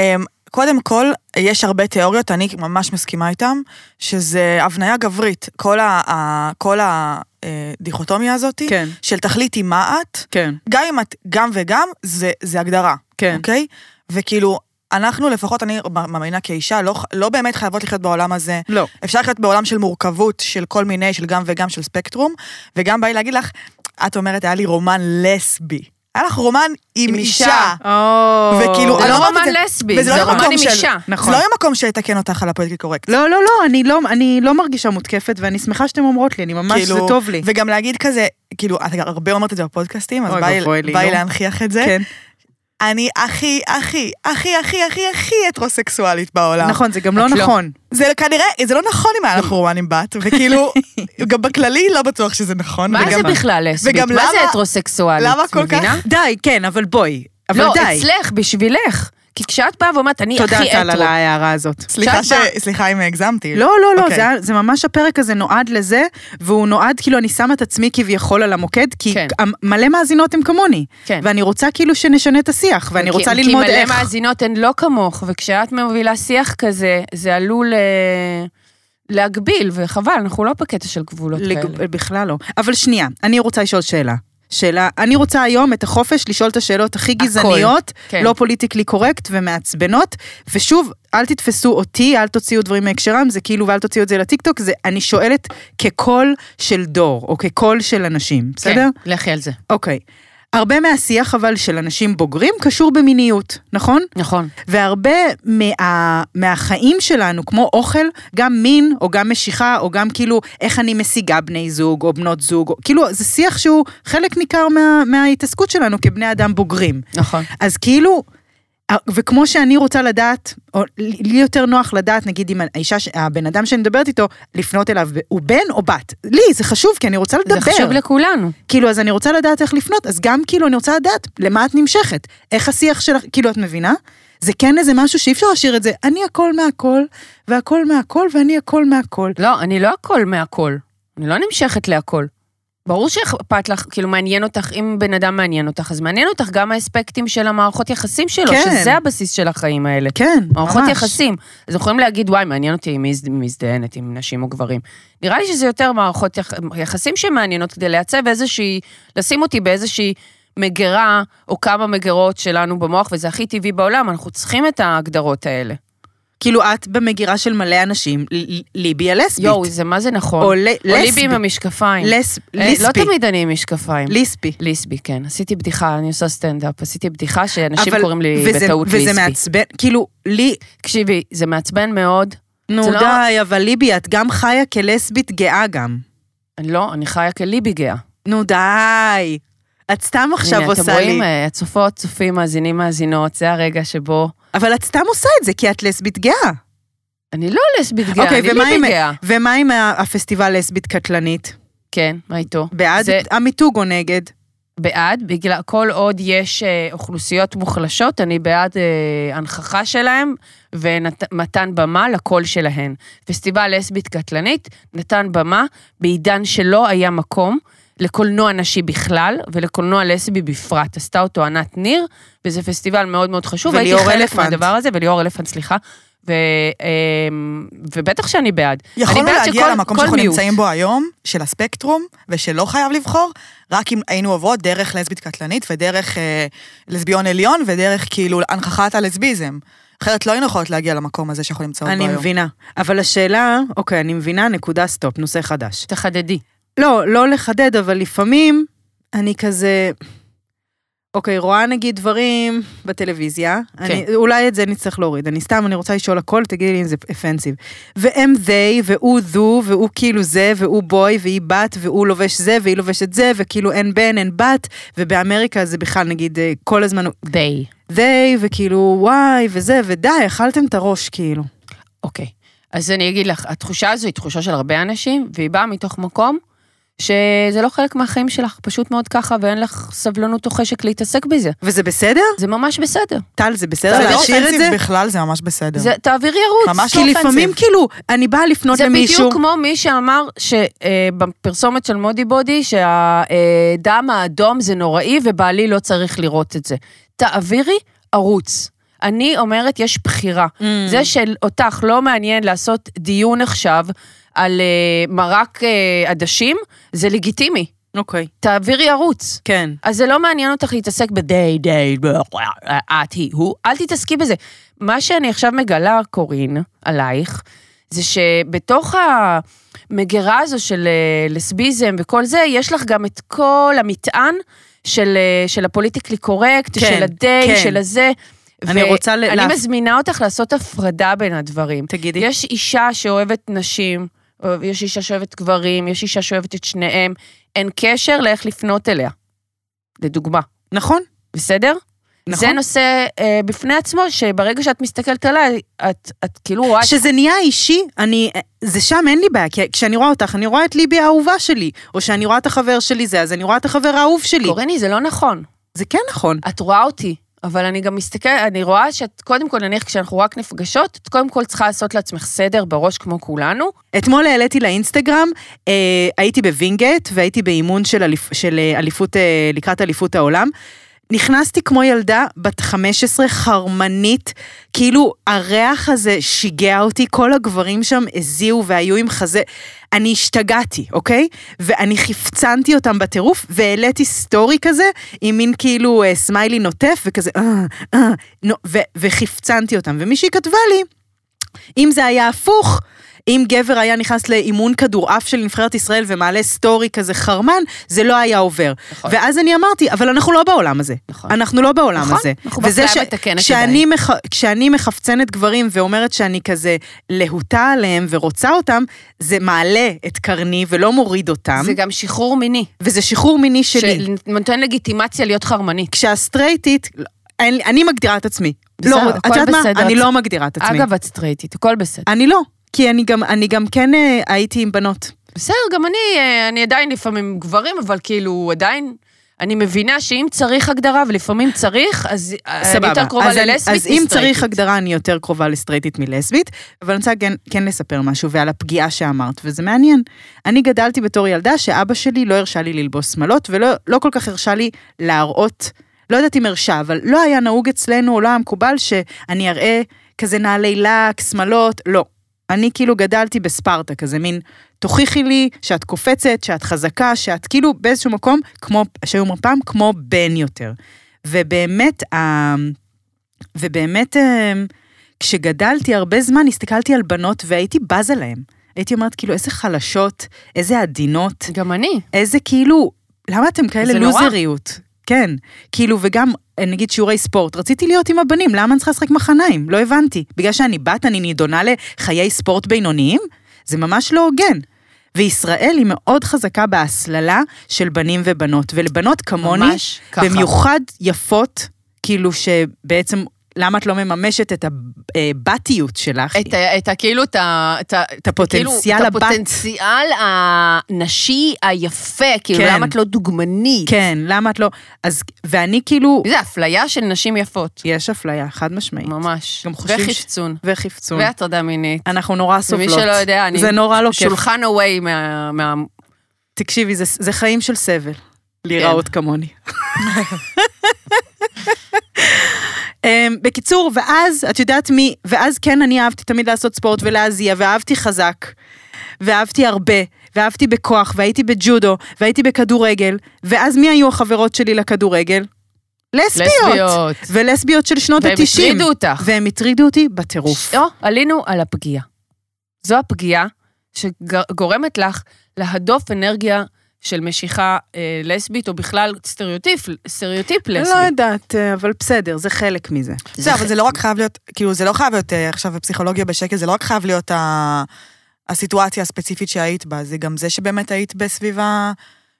[SPEAKER 4] אמ, קודם כל, יש הרבה תיאוריות, אני ממש מסכימה איתן, שזה הבניה גברית, כל ה- ה- כל הדיכוטומיה הזאת,
[SPEAKER 1] כן.
[SPEAKER 4] של תחליטי מה את,
[SPEAKER 1] כן,
[SPEAKER 4] גם אם את גם וגם, זה, זה הגדרה,
[SPEAKER 1] כן.
[SPEAKER 4] אוקיי? וכאילו, אנחנו לפחות, אני מאמינה כאישה, לא, ח- לא באמת חייבות לחיות בעולם הזה.
[SPEAKER 1] לא.
[SPEAKER 4] אפשר לחיות בעולם של מורכבות, של כל מיני, של גם וגם, של ספקטרום, וגם בא לי להגיד לך, את אומרת, היה לי רומן לסבי. היה לך רומן עם,
[SPEAKER 2] עם אישה.
[SPEAKER 4] אישה.
[SPEAKER 1] או...
[SPEAKER 4] וכאילו,
[SPEAKER 2] זה
[SPEAKER 4] אני
[SPEAKER 2] לא
[SPEAKER 4] אומרת
[SPEAKER 2] רומן
[SPEAKER 4] את זה-
[SPEAKER 2] לסבי,
[SPEAKER 4] וזה לא
[SPEAKER 2] זה
[SPEAKER 4] במקום
[SPEAKER 2] רומן עם
[SPEAKER 4] של-
[SPEAKER 2] אישה.
[SPEAKER 1] נכון.
[SPEAKER 4] זה לא המקום שיתקן אותך על הפוליטיקלי קורקט.
[SPEAKER 1] לא, לא, לא, אני לא, אני לא מרגישה מותקפת, ואני שמחה שאתם אומרות לי, אני ממש,
[SPEAKER 4] כאילו,
[SPEAKER 1] זה טוב לי.
[SPEAKER 4] וגם להגיד כזה, כאילו, את הרבה אומרת את זה בפודקאסטים, אז
[SPEAKER 1] אוי
[SPEAKER 4] בא
[SPEAKER 1] ואבוי
[SPEAKER 4] לי-
[SPEAKER 1] לי,
[SPEAKER 4] בא
[SPEAKER 2] לא.
[SPEAKER 4] לי
[SPEAKER 1] נו.
[SPEAKER 4] להנכיח את זה.
[SPEAKER 1] כן.
[SPEAKER 4] אני הכי, הכי, הכי, הכי, הכי, הכי הטרוסקסואלית בעולם.
[SPEAKER 1] נכון, זה גם לא
[SPEAKER 2] את לא.
[SPEAKER 1] נכון.
[SPEAKER 4] זה כנראה, זה לא נכון אם היה לך רומן עם
[SPEAKER 2] [laughs]
[SPEAKER 4] בת, וכאילו, גם בכללי לא בטוח שזה נכון.
[SPEAKER 2] מה
[SPEAKER 4] וגם-
[SPEAKER 2] זה בכלל לסבית?
[SPEAKER 4] וגם
[SPEAKER 2] מה זה
[SPEAKER 4] למה-
[SPEAKER 2] הטרוסקסואלית?
[SPEAKER 4] למה כל
[SPEAKER 2] מבינה?
[SPEAKER 4] כך-
[SPEAKER 1] די, כן, אבל בואי. אבל
[SPEAKER 2] לא,
[SPEAKER 1] די.
[SPEAKER 2] אצלך, בשבילך. כי כשאת באה ואומרת, אני
[SPEAKER 1] תודה,
[SPEAKER 2] הכי
[SPEAKER 1] טל, על
[SPEAKER 2] אתרו.
[SPEAKER 1] ההערה הזאת.
[SPEAKER 4] סליחה ש...
[SPEAKER 2] שאת
[SPEAKER 4] סליחה אם הגזמתי.
[SPEAKER 1] לא, לא, לא,
[SPEAKER 4] אוקיי.
[SPEAKER 1] זה, היה- זה ממש הפרק הזה נועד לזה, והוא נועד, כאילו, אני שמה את עצמי כביכול על המוקד, כי
[SPEAKER 2] כן.
[SPEAKER 1] המ- מלא מאזינות הם כמוני.
[SPEAKER 2] כן.
[SPEAKER 1] ואני רוצה כאילו שנשנה את השיח, ואני רוצה
[SPEAKER 2] כי-
[SPEAKER 1] ללמוד איך.
[SPEAKER 2] כי מלא מאזינות הן לא כמוך, וכשאת מובילה שיח כזה, זה עלול אה, להגביל, וחבל, אנחנו לא בקטע של גבולות
[SPEAKER 1] לג-
[SPEAKER 2] כאלה.
[SPEAKER 1] בכלל לא. אבל שנייה, אני רוצה לשאול שאלה. שאלה, אני רוצה היום את החופש לשאול את השאלות הכי גזעניות,
[SPEAKER 2] כן.
[SPEAKER 1] לא פוליטיקלי קורקט ומעצבנות, ושוב, אל תתפסו אותי, אל תוציאו דברים מהקשרם, זה כאילו, ואל תוציאו את זה לטיקטוק, זה, אני שואלת כקול של דור, או כקול של אנשים, בסדר?
[SPEAKER 2] כן, לכי על זה.
[SPEAKER 1] אוקיי. הרבה מהשיח אבל של אנשים בוגרים קשור במיניות, נכון?
[SPEAKER 2] נכון.
[SPEAKER 1] והרבה מה, מהחיים שלנו, כמו אוכל, גם מין, או גם משיכה, או גם כאילו איך אני משיגה בני זוג, או בנות זוג, או, כאילו זה שיח שהוא חלק ניכר מה, מההתעסקות שלנו כבני אדם בוגרים.
[SPEAKER 2] נכון.
[SPEAKER 1] אז כאילו, וכמו שאני רוצה לדעת, או לי יותר נוח לדעת, נגיד אם האישה, ש- הבן אדם שאני מדברת איתו, לפנות אליו, הוא בן או בת? לי, זה חשוב, כי אני רוצה לדבר.
[SPEAKER 2] זה חשוב לכולנו.
[SPEAKER 1] כאילו, אז אני רוצה לדעת איך לפנות, אז גם כאילו אני רוצה לדעת למה את נמשכת, איך השיח שלך, כאילו, את מבינה? זה כן איזה משהו שאי אפשר להשאיר את זה, אני הכל מהכל, והכל מהכל, ואני הכל מהכל.
[SPEAKER 2] לא, אני לא הכל מהכל. אני לא נמשכת להכל. ברור שאכפת לך, כאילו מעניין אותך, אם בן אדם מעניין אותך, אז מעניין אותך גם האספקטים של המערכות יחסים שלו,
[SPEAKER 1] כן.
[SPEAKER 2] שזה הבסיס של החיים האלה.
[SPEAKER 1] כן,
[SPEAKER 2] מערכות
[SPEAKER 1] ממש.
[SPEAKER 2] יחסים. אז יכולים להגיד, וואי, מעניין אותי אם היא מזד- מזדיינת עם נשים או גברים. נראה לי שזה יותר מערכות יח... יחסים שמעניינות כדי לייצב איזושהי, לשים אותי באיזושהי מגירה, או כמה מגירות שלנו במוח, וזה הכי טבעי בעולם, אנחנו צריכים את ההגדרות האלה.
[SPEAKER 1] כאילו, את במגירה של מלא אנשים, ל- ל- ליבי הלסבית.
[SPEAKER 2] יואו, זה מה זה נכון.
[SPEAKER 1] או ל- לסבי.
[SPEAKER 2] ליבי עם המשקפיים.
[SPEAKER 1] לס-
[SPEAKER 2] אה,
[SPEAKER 1] ליספי.
[SPEAKER 2] לא תמיד אני עם משקפיים.
[SPEAKER 1] ליספי.
[SPEAKER 2] ליסבי, כן. עשיתי בדיחה, אני עושה סטנדאפ, עשיתי בדיחה שאנשים
[SPEAKER 1] אבל-
[SPEAKER 2] קוראים לי
[SPEAKER 1] וזה-
[SPEAKER 2] בטעות
[SPEAKER 1] וזה
[SPEAKER 2] ליסבי.
[SPEAKER 1] מעצבן, כאילו, לי,
[SPEAKER 2] תקשיבי, זה מעצבן מאוד.
[SPEAKER 1] נו
[SPEAKER 2] זה לא-
[SPEAKER 1] די, אבל ליבי, את גם חיה כלסבית גאה גם.
[SPEAKER 2] אני לא, אני חיה כליבי גאה.
[SPEAKER 1] נו די. את סתם עכשיו
[SPEAKER 2] הנה, אתם
[SPEAKER 1] עושה לי.
[SPEAKER 2] רואים, אה, הצופות, צופים, מאזינים, מאזינות, זה הרגע שבו...
[SPEAKER 1] אבל את סתם עושה את זה, כי את לסבית גאה.
[SPEAKER 2] אני לא לסבית גאה,
[SPEAKER 1] אוקיי,
[SPEAKER 2] אני
[SPEAKER 1] ומה עם-
[SPEAKER 2] ליבי גאה.
[SPEAKER 1] ומה עם ה- הפסטיבל לסבית קטלנית?
[SPEAKER 2] כן, מה איתו?
[SPEAKER 1] בעד
[SPEAKER 2] זה
[SPEAKER 1] המיתוג או נגד?
[SPEAKER 2] בעד, בגלל, כל עוד יש אה, אוכלוסיות מוחלשות, אני בעד אה, הנכחה שלהם ומתן במה לקול שלהן. פסטיבל לסבית קטלנית נתן במה בעידן שלא היה מקום לקולנוע נשי בכלל ולקולנוע לסבי בפרט. עשתה אותו ענת ניר, וזה פסטיבל מאוד מאוד חשוב. הייתי
[SPEAKER 1] וליאור
[SPEAKER 2] חלק
[SPEAKER 1] אלפנט.
[SPEAKER 2] מהדבר הזה, וליאור אלפנט, סליחה. ו, אה, ובטח שאני בעד. אני
[SPEAKER 4] יכולנו
[SPEAKER 2] בעד
[SPEAKER 4] להגיע
[SPEAKER 2] שכל-
[SPEAKER 4] למקום
[SPEAKER 2] כל
[SPEAKER 4] שאנחנו
[SPEAKER 2] מיעוט.
[SPEAKER 4] נמצאים בו היום, של הספקטרום, ושלא חייב לבחור, רק אם היינו עוברות דרך לסבית קטלנית, ודרך אה, לסביון עליון, ודרך כאילו הנכחת הלסביזם. אחרת לא היינו יכולות להגיע למקום הזה שאנחנו נמצאות בו היום.
[SPEAKER 1] אני מבינה. אבל השאלה, אוקיי, אני מבינה, נקודה סטופ, נושא חדש.
[SPEAKER 2] תחדדי.
[SPEAKER 1] לא, לא לחדד, אבל לפעמים אני כזה... אוקיי, רואה נגיד דברים בטלוויזיה, כן. אני, אולי את זה נצטרך להוריד, אני סתם, אני רוצה לשאול הכל, תגידי לי אם זה אפנסיב. והם they, והוא זו, והוא כאילו זה, והוא בוי, והיא בת, והוא לובש זה, והיא לובשת זה, וכאילו אין בן, אין בת, ובאמריקה זה בכלל נגיד אה, כל הזמן
[SPEAKER 2] די.
[SPEAKER 1] they, וכאילו וואי, וזה, ודי, אכלתם את הראש כאילו.
[SPEAKER 2] אוקיי. אז אני אגיד לך, התחושה הזו היא תחושה של הרבה אנשים, והיא באה מתוך מקום שזה לא חלק מהחיים שלך, פשוט מאוד ככה, ואין לך סבלנות או חשק להתעסק בזה.
[SPEAKER 1] וזה בסדר?
[SPEAKER 2] זה ממש בסדר.
[SPEAKER 1] טל, זה
[SPEAKER 4] זה
[SPEAKER 1] בסדר
[SPEAKER 4] לא
[SPEAKER 1] להשאיר את
[SPEAKER 4] אופנסיב
[SPEAKER 1] זה?
[SPEAKER 4] בכלל, זה ממש בסדר.
[SPEAKER 2] זה, תעבירי ערוץ.
[SPEAKER 4] ממש
[SPEAKER 1] כי לפעמים כאילו, אני באה לפנות
[SPEAKER 2] זה
[SPEAKER 1] למישהו.
[SPEAKER 2] בדיוק כמו מי שאמר שבפרסומת של מודי בודי, אה, שהדם האדום זה נוראי ובעלי לא צריך לראות את זה. תעבירי ערוץ. אני אומרת, יש בחירה. Mm. זה שאותך לא מעניין לעשות דיון עכשיו על uh, מרק uh, עדשים, זה לגיטימי.
[SPEAKER 1] אוקיי.
[SPEAKER 2] תעבירי ערוץ.
[SPEAKER 1] כן.
[SPEAKER 2] אז זה לא מעניין אותך להתעסק בדיי דיי, אה, את היא הוא, אל תתעסקי בזה. מה שאני עכשיו מגלה, קורין, עלייך, זה שבתוך המגירה הזו של אה, לסביזם וכל זה, יש לך גם את כל המטען של, אה, של הפוליטיקלי קורקט,
[SPEAKER 1] כן,
[SPEAKER 2] של הדיי,
[SPEAKER 1] כן.
[SPEAKER 2] של הזה.
[SPEAKER 1] אני רוצה ל-
[SPEAKER 2] ואני
[SPEAKER 1] להפ-
[SPEAKER 2] מזמינה אותך לעשות הפרדה בין הדברים.
[SPEAKER 1] תגידי.
[SPEAKER 2] יש אישה שאוהבת נשים, אוהב- יש אישה שאוהבת גברים, יש אישה שאוהבת את שניהם. אין קשר לאיך לפנות אליה. לדוגמה,
[SPEAKER 1] נכון,
[SPEAKER 2] בסדר?
[SPEAKER 1] נכון.
[SPEAKER 2] זה נושא אה, בפני עצמו, שברגע שאת מסתכלת עליי, את, את כאילו רואה...
[SPEAKER 1] שזה נהיה אישי, אני, זה שם אין לי בעיה, כי כשאני רואה אותך, אני רואה את ליבי האהובה שלי, או שאני רואה את החבר שלי זה, אז אני רואה את החבר האהוב שלי.
[SPEAKER 2] קורני, זה לא נכון.
[SPEAKER 1] זה כן נכון.
[SPEAKER 2] את רואה אותי, אבל אני גם מסתכלת, אני רואה שאת, קודם כל, נניח כשאנחנו רק נפגשות, את קודם כל צריכה לעשות לעצמך סדר בראש כמו כולנו.
[SPEAKER 1] אתמול העליתי לאינסטגרם, אה, הייתי בווינגייט והייתי באימון של, אליפ, של אה, אליפות, אה, לקראת אליפות העולם. נכנסתי כמו ילדה בת 15 חרמנית, כאילו הריח הזה שיגע אותי, כל הגברים שם הזיעו והיו עם חזה. אני השתגעתי, אוקיי? ואני חפצנתי אותם בטירוף, והעליתי סטורי כזה, עם מין כאילו אה, סמיילי נוטף, וכזה, אה, אה, נו, ו- וחפצנתי אותם. ומישהי כתבה לי, אם זה היה הפוך, אם גבר היה נכנס לאימון כדורעף של נבחרת ישראל ומעלה סטורי כזה חרמן, זה לא היה עובר.
[SPEAKER 2] נכון.
[SPEAKER 1] נכון. ואז אני אמרתי, אבל אנחנו לא בעולם הזה.
[SPEAKER 2] נכון.
[SPEAKER 1] אנחנו לא בעולם
[SPEAKER 2] נכון,
[SPEAKER 1] הזה.
[SPEAKER 2] אנחנו
[SPEAKER 1] וזה
[SPEAKER 2] באפליה מתקנת
[SPEAKER 1] כשאני,
[SPEAKER 2] עדיין.
[SPEAKER 1] מח... כשאני מחפצנת גברים ואומרת שאני כזה להוטה עליהם ורוצה אותם, זה מעלה את קרני ולא מוריד אותם,
[SPEAKER 2] זה גם שחרור מיני.
[SPEAKER 1] וזה שחרור מיני שלי.
[SPEAKER 2] שנותן לגיטימציה להיות חרמנית.
[SPEAKER 1] כשהסטרייטית, אין לי- אני מגדירה את עצמי.
[SPEAKER 2] בסדר,
[SPEAKER 1] לא, את
[SPEAKER 2] הכל
[SPEAKER 1] יודעת מה?
[SPEAKER 2] בסדר.
[SPEAKER 1] אני לא מגדירה את עצמי.
[SPEAKER 2] אגב, את סטרייטית, הכל בסדר.
[SPEAKER 1] אני לא, כי אני גם, אני גם כן אה, הייתי עם בנות.
[SPEAKER 2] בסדר, גם אני, אה, אני עדיין לפעמים עם גברים, אבל כאילו, עדיין... אני מבינה שאם צריך הגדרה, ולפעמים צריך, אז אה, אני יותר קרובה
[SPEAKER 1] אז, אני-
[SPEAKER 2] ללסבית
[SPEAKER 1] אז אם
[SPEAKER 2] מסטרייטית.
[SPEAKER 1] צריך הגדרה, אני יותר קרובה לסטרייטית מלסבית, אבל אני רוצה כן, כן לספר משהו, ועל הפגיעה שאמרת, וזה מעניין. אני גדלתי בתור ילדה שאבא שלי לא הרשה לי ללבוס שמלות, ולא לא כל כך הרשה לי להראות, לא יודעת אם הרשה, אבל לא היה נהוג אצלנו, או לא היה מקובל, שאני אראה כזה נעלי לק, שמלות, לא. אני כאילו גדלתי בספרטה, כזה מין, תוכיחי לי שאת קופצת, שאת חזקה, שאת כאילו באיזשהו מקום, כמו, שהיו אומרים פעם, כמו בן יותר. ובאמת, ה- ובאמת, אמ, כשגדלתי הרבה זמן, הסתכלתי על בנות והייתי בזה להן. הייתי אומרת, כאילו, איזה חלשות, איזה עדינות,
[SPEAKER 2] גם אני.
[SPEAKER 1] איזה כאילו, למה אתם
[SPEAKER 2] זה
[SPEAKER 1] כאלה
[SPEAKER 2] נורא.
[SPEAKER 1] לוזריות? כן, כאילו, וגם, אה, נגיד שיעורי ספורט, רציתי להיות עם הבנים, למה אני צריכה לשחק מחניים? לא הבנתי. בגלל שאני בת, אני נידונה לחיי ספורט בינוניים? זה ממש לא הוגן. וישראל היא מאוד חזקה בהסללה של בנים ובנות, ולבנות כמוני,
[SPEAKER 2] ממש ככה.
[SPEAKER 1] במיוחד יפות, כאילו שבעצם, למה את לא מממשת את הבתיות שלך?
[SPEAKER 2] את, ה- את ה- כאילו, את, ה- את, ה- את
[SPEAKER 1] הפוטנציאל
[SPEAKER 2] כאילו, את
[SPEAKER 1] הבת.
[SPEAKER 2] הפוטנציאל הנשי היפה, כאילו,
[SPEAKER 1] כן.
[SPEAKER 2] למה את לא דוגמנית?
[SPEAKER 1] כן, למה את לא... אז, ואני כאילו,
[SPEAKER 2] זה אפליה של נשים יפות.
[SPEAKER 1] יש אפליה, חד משמעית.
[SPEAKER 2] ממש.
[SPEAKER 1] גם חושבים ש-
[SPEAKER 2] וחפצון.
[SPEAKER 1] וחפצון.
[SPEAKER 2] והטרדה מינית.
[SPEAKER 1] אנחנו נורא סובלות.
[SPEAKER 2] ומי שלא יודע, אני...
[SPEAKER 1] זה נורא לא כיף.
[SPEAKER 2] שולחן away מה... מה...
[SPEAKER 1] תקשיבי, זה, זה חיים של סבל.
[SPEAKER 2] כן.
[SPEAKER 1] להיראות כמוני.
[SPEAKER 2] [laughs]
[SPEAKER 1] אמ, בקיצור, ואז, את יודעת מי, ואז כן, אני אהבתי תמיד לעשות ספורט ולהזיע, ואהבתי חזק, ואהבתי הרבה, ואהבתי בכוח, והייתי בג'ודו, והייתי בכדורגל, ואז מי היו החברות שלי לכדורגל? לסביות.
[SPEAKER 2] לסביות.
[SPEAKER 1] ולסביות של שנות
[SPEAKER 2] והם
[SPEAKER 1] ה-90.
[SPEAKER 2] הטרידו אותך.
[SPEAKER 1] והם הטרידו אותי בטירוף.
[SPEAKER 2] לא, עלינו על הפגיעה. זו הפגיעה שגורמת לך להדוף אנרגיה של משיכה אה, לסבית, או בכלל סטריאוטיפ, סטריאוטיפ לסבי.
[SPEAKER 1] לא יודעת, אבל בסדר, זה חלק מזה.
[SPEAKER 4] זה, אבל זה לא רק חייב להיות, כאילו, זה לא חייב להיות אה, עכשיו פסיכולוגיה בשקל, זה לא רק חייב להיות ה- הסיטואציה הספציפית שהיית בה, זה גם זה שבאמת היית בסביבה,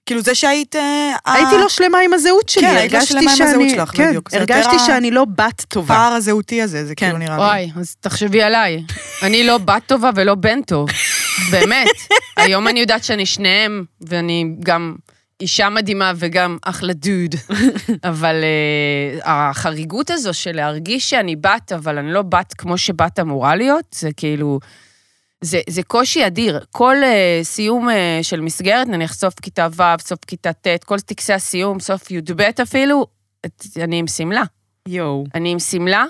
[SPEAKER 4] כאילו, זה שהיית... אה, ה-
[SPEAKER 1] הייתי לא שלמה עם הזהות שלי,
[SPEAKER 4] כן, היית לא
[SPEAKER 1] הרגשתי
[SPEAKER 4] שלמה עם הזהות
[SPEAKER 1] שאני-
[SPEAKER 4] שלך,
[SPEAKER 1] כן,
[SPEAKER 4] בדיוק. זה
[SPEAKER 1] הרגשתי
[SPEAKER 4] יותר ה-
[SPEAKER 1] שאני לא בת טובה.
[SPEAKER 4] הפער הזהותי הזה, זה
[SPEAKER 2] כן.
[SPEAKER 4] כאילו נראה לי.
[SPEAKER 2] וואי, אז תחשבי עליי. אני לא בת טובה ולא בן טוב. באמת. היום אני יודעת שאני שניהם, ואני גם אישה מדהימה וגם אחלה דוד. אבל uh, החריגות הזו של להרגיש שאני בת, אבל אני לא בת כמו שבת אמורה להיות, זה כאילו... זה, זה קושי אדיר. כל uh, סיום uh, של מסגרת, נניח סוף כיתה ו', סוף כיתה ט', כל טקסי הסיום, סוף י"ב אפילו, את- אני עם שמלה.
[SPEAKER 1] יואו.
[SPEAKER 2] אני עם שמלה,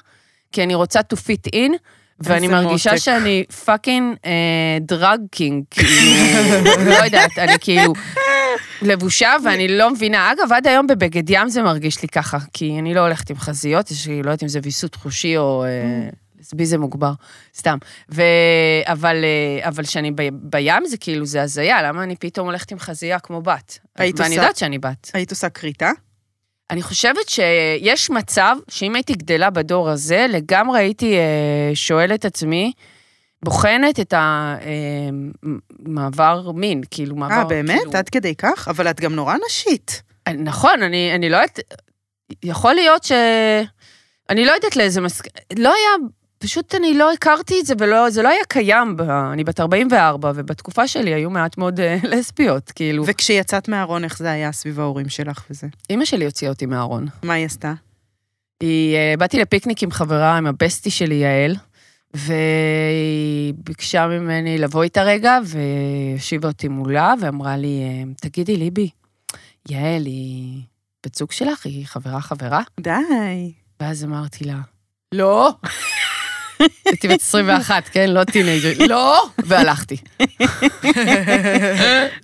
[SPEAKER 2] כי אני רוצה to fit in, ואני
[SPEAKER 1] איזה
[SPEAKER 2] מרגישה
[SPEAKER 1] מותק.
[SPEAKER 2] שאני פאקינג דרג קינג, כאילו, לא יודעת, אני כאילו לבושה ואני לא מבינה. אגב, עד היום בבגד ים זה מרגיש לי ככה, כי אני לא הולכת עם חזיות, יש לי, לא יודעת אם זה ויסות חושי או... אה, לסביזם מוגבר, סתם. ו... אבל, אה, אבל שאני ב... בים זה כאילו, זה הזיה, למה אני פתאום הולכת עם חזייה כמו בת?
[SPEAKER 1] היית
[SPEAKER 2] ואני
[SPEAKER 1] עושה-
[SPEAKER 2] יודעת שאני בת.
[SPEAKER 1] היית עושה כריתה? אה,
[SPEAKER 2] אני חושבת שיש מצב שאם הייתי גדלה בדור הזה, לגמרי הייתי אה, שואלת עצמי, בוחנת את המעבר מין, כאילו מעבר...
[SPEAKER 1] אה, באמת?
[SPEAKER 2] כאילו,
[SPEAKER 1] עד כדי כך? אבל את גם נורא נשית.
[SPEAKER 2] נכון, אני, אני לא יודעת, יכול להיות ש... אני לא יודעת לאיזה מס... לא היה, פשוט אני לא הכרתי את זה, ולא, זה לא היה קיים, ב... אני בת 44, ובתקופה שלי היו מעט מאוד אה, [laughs] לסביות, כאילו. ו...
[SPEAKER 1] וכשיצאת מהארון, איך זה היה סביב ההורים שלך וזה?
[SPEAKER 2] אימא שלי הוציאה אותי מהארון.
[SPEAKER 1] מה היא עשתה?
[SPEAKER 2] היא, אה, באתי לפיקניק עם חברה, עם הבסטי שלי, יעל, והיא ביקשה ממני לבוא איתה רגע, והושיבה אותי מולה, ואמרה לי, אה, תגידי, ליבי, יעל היא בת זוג שלך? היא חברה-חברה?
[SPEAKER 1] די.
[SPEAKER 2] ואז אמרתי לה, לא. הייתי בת 21, כן? לא טינג'ר. לא! והלכתי.
[SPEAKER 1] [laughs]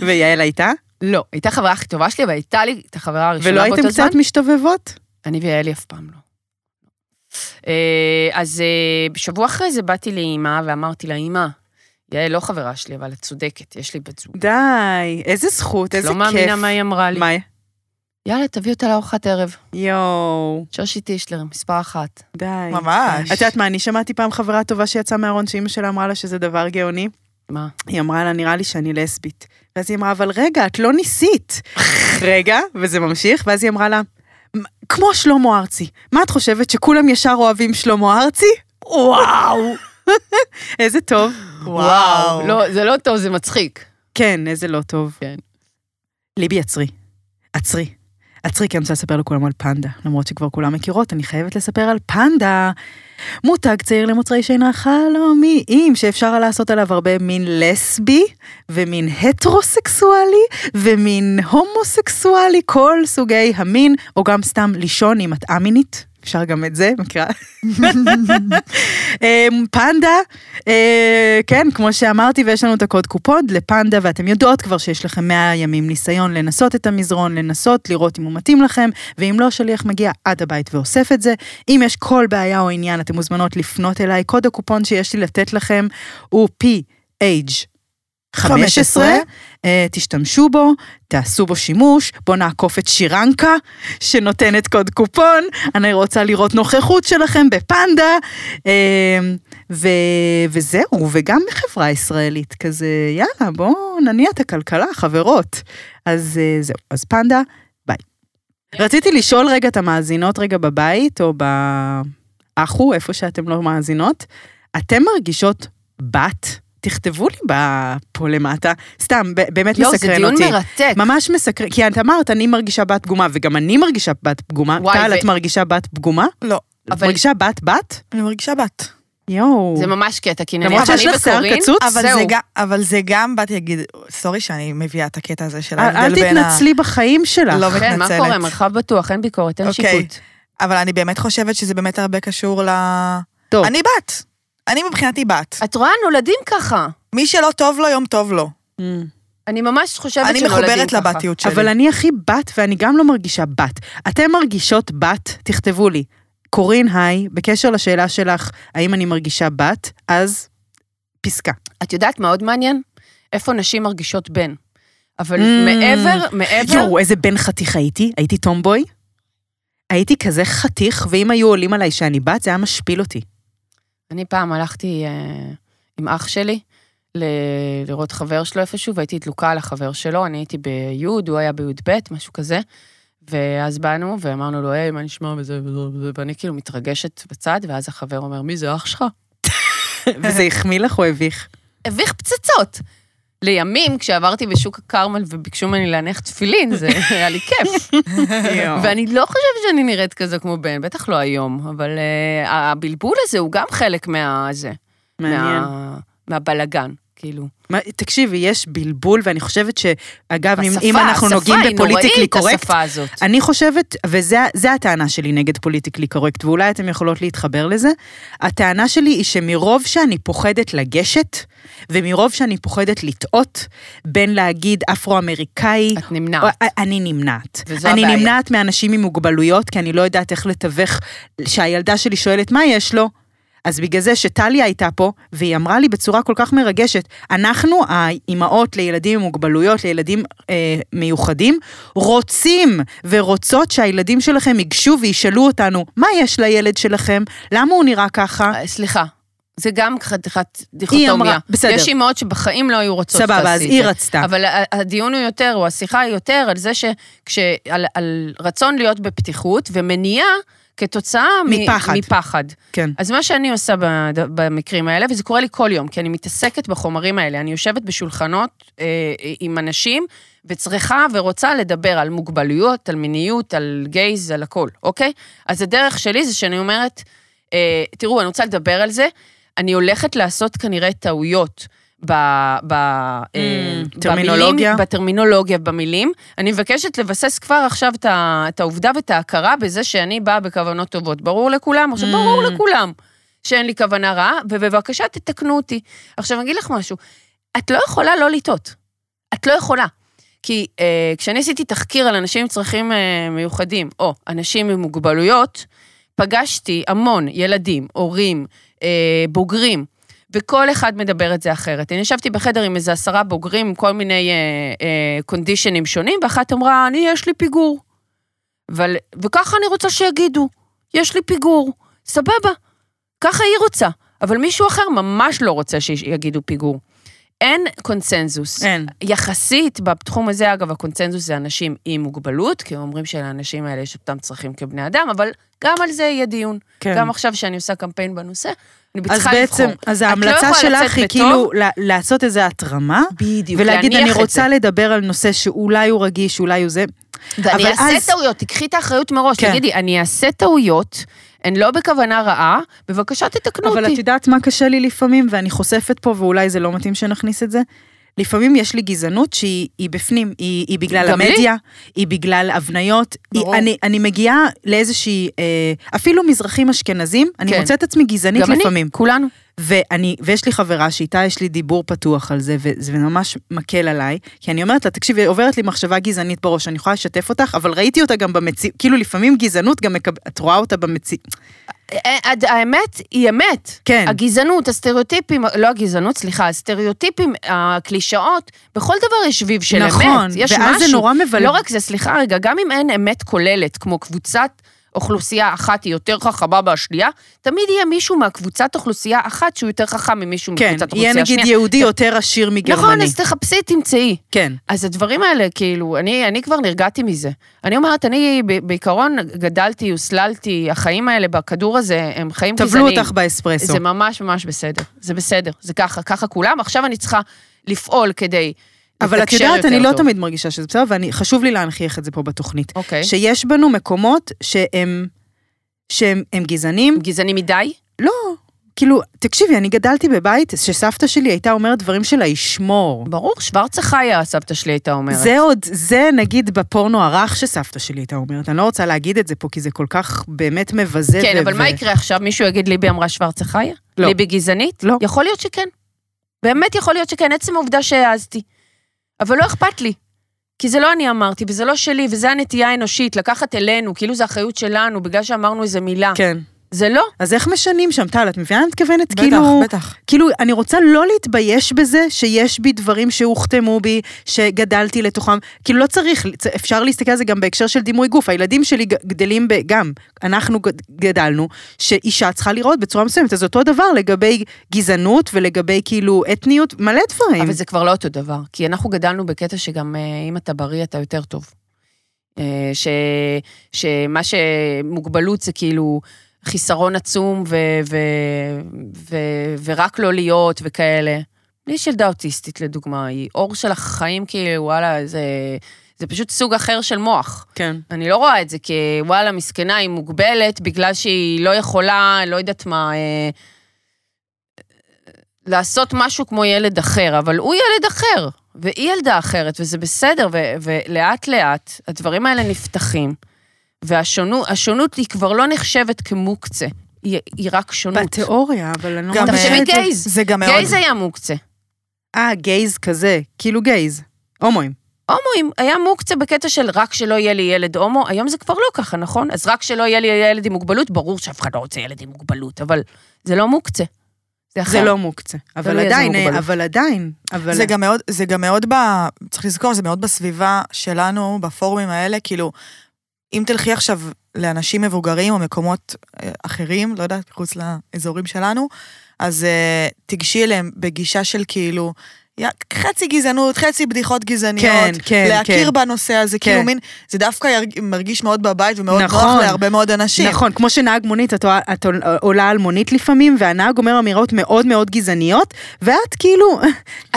[SPEAKER 1] ויעל הייתה?
[SPEAKER 2] לא. הייתה חברה הכי טובה שלי, אבל הייתה לי את החברה הראשונה
[SPEAKER 1] ולא
[SPEAKER 2] באותו זמן.
[SPEAKER 1] הייתם קצת משתובבות?
[SPEAKER 2] אני ויעלי אף פעם לא. אה, אז אה, בשבוע אחרי זה באתי לאימא ואמרתי לה, אימא, יעל לא חברה שלי, אבל את צודקת, יש לי בת זוג.
[SPEAKER 1] די. איזה זכות, איזה
[SPEAKER 2] לא
[SPEAKER 1] כיף.
[SPEAKER 2] מאמינה מה היא אמרה לי.
[SPEAKER 1] מה?
[SPEAKER 2] יאללה, תביא אותה לארוחת ערב.
[SPEAKER 1] יואו,
[SPEAKER 2] שושי טישלר, מספר אחת.
[SPEAKER 1] די.
[SPEAKER 4] ממש.
[SPEAKER 1] את יודעת מה, אני שמעתי פעם חברה טובה שיצאה מהארון, שאימא שלה אמרה לה שזה דבר גאוני.
[SPEAKER 2] מה?
[SPEAKER 1] היא אמרה לה, נראה לי שאני לסבית. ואז היא אמרה, אבל רגע, את לא ניסית. רגע, וזה ממשיך, ואז היא אמרה לה, "מ- כמו שלמה ארצי, מה את חושבת, שכולם ישר אוהבים שלמה ארצי? וואו! [laughs] איזה טוב.
[SPEAKER 4] וואו.
[SPEAKER 2] לא, זה לא טוב, זה מצחיק.
[SPEAKER 1] כן, איזה לא טוב.
[SPEAKER 2] כן.
[SPEAKER 1] ליבי, עצרי. עצרי. עצרי, כי אני רוצה לספר לכולם על פנדה. למרות שכבר כולם מכירות, אני חייבת לספר על פנדה. מותג צעיר למוצרי שינה חלומיים, שאפשר היה לעשות עליו הרבה מין לסבי, ומין הטרוסקסואלי, ומין הומוסקסואלי, כל סוגי המין, או גם סתם לישון אם את א-מינית. אפשר גם את זה, מכירה? אמ, פנדה, אה, כן, כמו שאמרתי, ויש לנו את הקוד קופון לפנדה, ואתם יודעות כבר שיש לכם 100 ימים ניסיון לנסות את המזרון, לנסות, לראות אם הוא מתאים לכם, ואם לא, שליח מגיע עד הבית ואוסף את זה. אם יש כל בעיה או עניין, אתם מוזמנות לפנות אליי. קוד הקופון שיש לי לתת לכם הוא PH. 15,
[SPEAKER 4] 15.
[SPEAKER 1] אה, תשתמשו בו, תעשו בו שימוש, בואו נעקוף את שירנקה, שנותנת קוד קופון, אני רוצה לראות נוכחות שלכם בפנדה, אה, ו, וזהו, וגם בחברה ישראלית, כזה, יאללה, בואו נניע את הכלכלה, חברות. אז אה, זהו, אז פנדה, ביי. רציתי לשאול רגע את המאזינות רגע בבית, או באחו, איפה שאתם לא מאזינות, אתם מרגישות בת? תכתבו לי ב- פה למטה, סתם, ב- באמת
[SPEAKER 2] יואו, לא, זה
[SPEAKER 1] מסקרן
[SPEAKER 2] דיון
[SPEAKER 1] אותי.
[SPEAKER 2] מרתק.
[SPEAKER 1] ממש מסקרן, כי את אמרת, אני מרגישה בת פגומה, וגם אני מרגישה בת פגומה.
[SPEAKER 2] וואי,
[SPEAKER 1] טל,
[SPEAKER 2] ו-
[SPEAKER 1] את מרגישה בת פגומה?
[SPEAKER 4] לא.
[SPEAKER 1] את
[SPEAKER 2] אבל-
[SPEAKER 1] מרגישה בת-בת?
[SPEAKER 4] אני מרגישה בת.
[SPEAKER 1] יואו.
[SPEAKER 2] זה ממש קטע, כי נניח
[SPEAKER 1] למרות שיש
[SPEAKER 2] אני
[SPEAKER 1] לך שיער
[SPEAKER 2] וקורין,
[SPEAKER 1] קצוץ?
[SPEAKER 4] אבל
[SPEAKER 2] זהו.
[SPEAKER 4] זה, גם, אבל זה גם, באתי להגיד, סורי שאני מביאה את הקטע הזה של
[SPEAKER 1] אל- אל
[SPEAKER 4] ההבדל בין ה...
[SPEAKER 1] תתנצלי בחיים שלך.
[SPEAKER 4] לא
[SPEAKER 2] כן, מה
[SPEAKER 4] מתנצלת.
[SPEAKER 2] קורה? מרחב בטוח, אין ביקורת, אין
[SPEAKER 4] אוקיי.
[SPEAKER 2] שיפוט.
[SPEAKER 4] אבל אני באמת חושבת שזה באמת הרבה קשור ל...
[SPEAKER 1] טוב.
[SPEAKER 4] אני בת. אני מבחינתי בת.
[SPEAKER 2] את רואה, נולדים ככה.
[SPEAKER 4] מי שלא טוב לו, יום טוב לו.
[SPEAKER 1] Mm.
[SPEAKER 2] אני ממש חושבת
[SPEAKER 4] אני
[SPEAKER 2] שנולדים ככה.
[SPEAKER 4] מחוברת לבתיות שלי.
[SPEAKER 1] אבל אני הכי בת, ואני גם לא מרגישה בת. אתם מרגישות בת? תכתבו לי. קורין היי, בקשר לשאלה שלך, האם אני מרגישה בת? אז פסקה.
[SPEAKER 2] את יודעת מה עוד מעניין? איפה נשים מרגישות בן. אבל
[SPEAKER 1] Mm.
[SPEAKER 2] מעבר, מעבר,
[SPEAKER 1] יואו, איזה בן חתיך הייתי, הייתי טומבוי. הייתי כזה חתיך, ואם היו עולים עליי שאני בת, זה היה משפיל אותי. [laughs]
[SPEAKER 2] אני פעם הלכתי אה, עם אח שלי ל- לראות חבר שלו איפשהו, והייתי דלוקה על החבר שלו, אני הייתי בי', הוא היה בי"ב, משהו כזה. ואז באנו ואמרנו לו, היי, מה נשמע וזה וזה וזה, ואני כאילו מתרגשת בצד, ואז החבר אומר, מי זה אח שלך?
[SPEAKER 1] וזה החמיא לך או
[SPEAKER 2] [laughs]
[SPEAKER 1] הביך?
[SPEAKER 2] הביך פצצות. לימים, כשעברתי בשוק הכרמל וביקשו ממני להניח תפילין, זה [laughs] היה לי כיף. [laughs] ואני לא חושבת שאני נראית כזה כמו בן, בטח לא היום, אבל אה, uh, הבלבול הזה הוא גם חלק מה... זה,
[SPEAKER 1] מעניין.
[SPEAKER 2] מה, מהבלגן. כאילו.
[SPEAKER 1] מה, תקשיבי, יש בלבול, ואני חושבת שאגב, אם, אם
[SPEAKER 2] השפה,
[SPEAKER 1] אנחנו
[SPEAKER 2] השפה
[SPEAKER 1] נוגעים
[SPEAKER 2] היא
[SPEAKER 1] בפוליטיקלי
[SPEAKER 2] נוראית,
[SPEAKER 1] קורקט,
[SPEAKER 2] השפה הזאת.
[SPEAKER 1] אני חושבת, וזו הטענה שלי נגד פוליטיקלי קורקט, ואולי אתן יכולות להתחבר לזה, הטענה שלי היא שמרוב שאני פוחדת לגשת, ומרוב שאני פוחדת לטעות, בין להגיד אפרו-אמריקאי,
[SPEAKER 2] את נמנעת.
[SPEAKER 1] או- אה, אני נמנעת.
[SPEAKER 2] וזו
[SPEAKER 1] אני
[SPEAKER 2] הבעיה.
[SPEAKER 1] נמנעת מאנשים עם מוגבלויות, כי אני לא יודעת איך לתווך, שהילדה שלי שואלת, מה יש לו? אז בגלל זה שטליה הייתה פה, והיא אמרה לי בצורה כל כך מרגשת, אנחנו, האימהות לילדים עם מוגבלויות, לילדים אה, מיוחדים, רוצים ורוצות שהילדים שלכם ייגשו וישאלו אותנו, מה יש לילד שלכם? למה הוא נראה ככה?
[SPEAKER 2] אה, סליחה. זה גם חתיכת
[SPEAKER 1] היא אמרה,
[SPEAKER 2] דיכוטומיה.
[SPEAKER 1] בסדר.
[SPEAKER 2] יש אימהות שבחיים לא היו רוצות
[SPEAKER 1] סבבה,
[SPEAKER 2] שתעשי
[SPEAKER 1] אז
[SPEAKER 2] את
[SPEAKER 1] היא
[SPEAKER 2] זה.
[SPEAKER 1] רצתה.
[SPEAKER 2] אבל ה- הדיון הוא יותר, או השיחה היא יותר על זה ש... כש, על, על רצון להיות בפתיחות ומניעה כתוצאה מ-
[SPEAKER 1] מפחד.
[SPEAKER 2] מפחד.
[SPEAKER 1] כן.
[SPEAKER 2] אז מה שאני עושה בד- במקרים האלה, וזה קורה לי כל יום, כי אני מתעסקת בחומרים האלה, אני יושבת בשולחנות אה, עם אנשים וצריכה ורוצה לדבר על מוגבלויות, על מיניות, על גייז, על הכל, אוקיי? אז הדרך שלי זה שאני אומרת, אה, תראו, אני רוצה לדבר על זה, אני הולכת לעשות כנראה טעויות. ב, ב, mm,
[SPEAKER 1] טרמינולוגיה.
[SPEAKER 2] במילים, בטרמינולוגיה, במילים. אני מבקשת לבסס כבר עכשיו את, ה, את העובדה ואת ההכרה בזה שאני באה בכוונות טובות. ברור לכולם? עכשיו, ברור לכולם שאין לי כוונה רעה, ובבקשה תתקנו אותי. עכשיו, אני אגיד לך משהו, את לא יכולה לא לטעות. את לא יכולה. כי אה, כשאני עשיתי תחקיר על אנשים עם צרכים אה, מיוחדים, או אנשים עם מוגבלויות, פגשתי המון ילדים, הורים, אה, בוגרים, וכל אחד מדבר את זה אחרת. אני ישבתי בחדר עם איזה עשרה בוגרים, עם כל מיני אה, אה, קונדישנים שונים, ואחת אמרה, אני, יש לי פיגור. אבל, וככה אני רוצה שיגידו, יש לי פיגור, סבבה, ככה היא רוצה. אבל מישהו אחר ממש לא רוצה שיגידו פיגור. אין קונצנזוס.
[SPEAKER 1] אין.
[SPEAKER 2] יחסית, בתחום הזה, אגב, הקונצנזוס זה אנשים עם מוגבלות, כי הם אומרים שלאנשים האלה יש אותם צרכים כבני אדם, אבל גם על זה יהיה דיון.
[SPEAKER 1] כן.
[SPEAKER 2] גם עכשיו שאני עושה קמפיין בנושא, אני
[SPEAKER 1] אז
[SPEAKER 2] צריכה
[SPEAKER 1] בעצם,
[SPEAKER 2] לבחור.
[SPEAKER 1] אז
[SPEAKER 2] את לא
[SPEAKER 1] ההמלצה
[SPEAKER 2] יכולה לצאת
[SPEAKER 1] שלך היא
[SPEAKER 2] בטוב,
[SPEAKER 1] כאילו ל- לעשות איזו התרמה,
[SPEAKER 2] בדיוק,
[SPEAKER 1] ולהגיד, אני
[SPEAKER 2] להניח את
[SPEAKER 1] רוצה
[SPEAKER 2] זה."
[SPEAKER 1] לדבר על נושא שאולי הוא רגיש, אולי הוא זה. אבל
[SPEAKER 2] ואני אעשה
[SPEAKER 1] אז-
[SPEAKER 2] טעויות, תקחי את האחריות מראש,
[SPEAKER 1] כן.
[SPEAKER 2] תגידי, אני אעשה טעויות, הן לא בכוונה רעה, בבקשה תתקנו
[SPEAKER 1] אבל את
[SPEAKER 2] אותי.
[SPEAKER 1] יודעת מה קשה לי לפעמים, ואני חושפת פה, ואולי זה לא מתאים שנכניס את זה? לפעמים יש לי גזענות שהיא היא בפנים, היא, היא בגלל
[SPEAKER 2] גם לי.
[SPEAKER 1] המדיה, היא בגלל הבניות. היא,
[SPEAKER 2] ברור.
[SPEAKER 1] אני, אני מגיעה לאיזושהי, אה, אפילו מזרחים אשכנזים, אני
[SPEAKER 2] כן.
[SPEAKER 1] מוצאת עצמי גזענית
[SPEAKER 2] גם אני,
[SPEAKER 1] לפעמים.
[SPEAKER 2] כולנו.
[SPEAKER 1] ואני, ויש לי חברה שאיתה יש לי דיבור פתוח על זה, וזה ממש מקל עליי, כי אני אומרת לה, תקשיבי, עוברת לי מחשבה גזענית בראש, אני יכולה לשתף אותך, אבל ראיתי אותה גם במציאות, כאילו לפעמים גזענות גם מקב... את רואה אותה במציאות.
[SPEAKER 2] אה, הד- האמת היא אמת.
[SPEAKER 1] כן.
[SPEAKER 2] הגזענות, הסטריאוטיפים, לא הגזענות, סליחה, הסטריאוטיפים, הקלישאות, בכל דבר יש שביב של
[SPEAKER 1] נכון,
[SPEAKER 2] אמת. יש
[SPEAKER 1] ואז זה
[SPEAKER 2] משהו.
[SPEAKER 1] נורא מבלבל.
[SPEAKER 2] לא רק זה, סליחה רגע, גם אם אין אמת כוללת, כמו קבוצת אוכלוסייה אחת היא יותר חכמה מהשנייה, תמיד יהיה מישהו מהקבוצת אוכלוסייה אחת שהוא יותר חכם ממישהו
[SPEAKER 1] כן,
[SPEAKER 2] מקבוצת אוכלוסייה
[SPEAKER 1] יהיה
[SPEAKER 2] שנייה.
[SPEAKER 1] נגיד יהודי יותר עשיר מגרמני.
[SPEAKER 2] נכון, אז תחפשי, תמצאי.
[SPEAKER 1] כן.
[SPEAKER 2] אז הדברים האלה, כאילו, אני, אני כבר נרגעתי מזה. אני אומרת, אני ב- בעיקרון גדלתי, הוסללתי, החיים האלה בכדור הזה, הם חיים
[SPEAKER 1] טבלו
[SPEAKER 2] גזעניים.
[SPEAKER 1] אותך באספרסו.
[SPEAKER 2] זה ממש ממש בסדר, זה בסדר, זה ככה, ככה כולם. עכשיו אני צריכה לפעול כדי
[SPEAKER 1] אבל את
[SPEAKER 2] לתקשר
[SPEAKER 1] יודעת,
[SPEAKER 2] יותר
[SPEAKER 1] אני לא
[SPEAKER 2] טוב.
[SPEAKER 1] תמיד מרגישה שזה בסדר, וחשוב לי להנכיח את זה פה בתוכנית.
[SPEAKER 2] אוקיי.
[SPEAKER 1] שיש בנו מקומות שהם, שהם הם גזענים,
[SPEAKER 2] גזעני מדי?
[SPEAKER 1] לא, כאילו, תקשיבי, אני גדלתי בבית שסבתא שלי הייתה אומרת דברים שלה ישמור.
[SPEAKER 2] ברור, שוורצה חיה, סבתא שלי הייתה אומרת.
[SPEAKER 1] זה עוד, זה נגיד בפורנו הרך שסבתא שלי הייתה אומרת, אני לא רוצה להגיד את זה פה, כי זה כל כך באמת מבזה.
[SPEAKER 2] כן,
[SPEAKER 1] ו-
[SPEAKER 2] אבל
[SPEAKER 1] ו-
[SPEAKER 2] מה יקרה עכשיו? מישהו יגיד ליבי אמרה שוורצה חיה?
[SPEAKER 1] לא.
[SPEAKER 2] ליבי גזענית?
[SPEAKER 1] לא.
[SPEAKER 2] יכול להיות שכן. באמת יכול להיות שכן, עצם העובדה שהעזתי. אבל לא אכפת לי. כי זה לא אני אמרתי, וזה לא שלי, וזה הנטייה האנושית, לקחת אלינו, כאילו זה אחריות שלנו, בגלל שאמרנו איזה מילה.
[SPEAKER 1] כן.
[SPEAKER 2] זה לא.
[SPEAKER 1] אז איך משנים שם, טל? את מבינה? אני מתכוונת,
[SPEAKER 4] בטח,
[SPEAKER 1] כאילו...
[SPEAKER 4] בטח.
[SPEAKER 1] כאילו, אני רוצה לא להתבייש בזה שיש בי דברים שהוכתמו בי, שגדלתי לתוכם. כאילו, לא צריך, צ- אפשר להסתכל על זה גם בהקשר של דימוי גוף. הילדים שלי ג- גדלים ב- גם, אנחנו גד- גדלנו, שאישה צריכה לראות בצורה מסוימת. אז אותו דבר לגבי גזענות ולגבי כאילו אתניות, מלא דברים.
[SPEAKER 2] אבל זה כבר לא אותו דבר, כי אנחנו גדלנו בקטע שגם אה, אם אתה בריא, אתה יותר טוב. אה, ש, שמה שמוגבלות זה כאילו חיסרון עצום ו, ו, ו, ורק לא להיות וכאלה. לי יש ילדה אוטיסטית, לדוגמה, היא אור של החיים, כאילו, וואלה, זה, זה פשוט סוג אחר של מוח.
[SPEAKER 1] כן.
[SPEAKER 2] אני לא רואה את זה כוואלה, מסכנה, היא מוגבלת בגלל שהיא לא יכולה, לא יודעת מה, אה, לעשות משהו כמו ילד אחר, אבל הוא ילד אחר, והיא ילדה אחרת, וזה בסדר, ו- ולאט לאט הדברים האלה נפתחים, והשונות היא כבר לא נחשבת כמוקצה, היא, היא רק שונות.
[SPEAKER 1] בתיאוריה, אבל אני לא
[SPEAKER 4] גם,
[SPEAKER 1] מרגישה
[SPEAKER 2] תחשבי
[SPEAKER 1] את זה.
[SPEAKER 2] אה, גייז,
[SPEAKER 4] זה גם מאוד...
[SPEAKER 2] גייז היה מוקצה.
[SPEAKER 1] אה, גייז כזה, כאילו גייז. הומואים.
[SPEAKER 2] הומואים היה מוקצה בקטע של רק שלא יהיה לי ילד הומו, היום זה כבר לא ככה, נכון? אז רק שלא יהיה לי ילד עם מוגבלות, ברור שאף אחד לא רוצה ילד עם מוגבלות, אבל זה לא מוקצה. זה אחר.
[SPEAKER 1] זה לא מוקצה. אבל
[SPEAKER 2] לא יהיה, זה
[SPEAKER 1] עדיין,
[SPEAKER 2] נכון. מוגבלות.
[SPEAKER 1] אבל עדיין. אבל...
[SPEAKER 4] זה גם מאוד, זה גם מאוד ב... צריך לזכור, זה מאוד בסביבה שלנו, בפורומים האלה, כאילו, אם תלכי עכשיו לאנשים מבוגרים או מקומות אה, אחרים, לא יודעת, מחוץ לאזורים שלנו, אז uh, תיגשי אליהם בגישה של כאילו, יא, חצי גזענות, חצי בדיחות גזעניות.
[SPEAKER 1] כן, כן,
[SPEAKER 4] להכיר
[SPEAKER 1] כן.
[SPEAKER 4] בנושא הזה,
[SPEAKER 1] כן.
[SPEAKER 4] כאילו מין, זה דווקא ירג- מרגיש מאוד בבית ומאוד
[SPEAKER 1] נכון.
[SPEAKER 4] נוח להרבה מאוד אנשים.
[SPEAKER 1] נכון, כמו שנהג מונית, את, את עולה על מונית לפעמים, והנהג אומר אמירות מאוד מאוד גזעניות, ואת כאילו... [laughs]
[SPEAKER 2] אז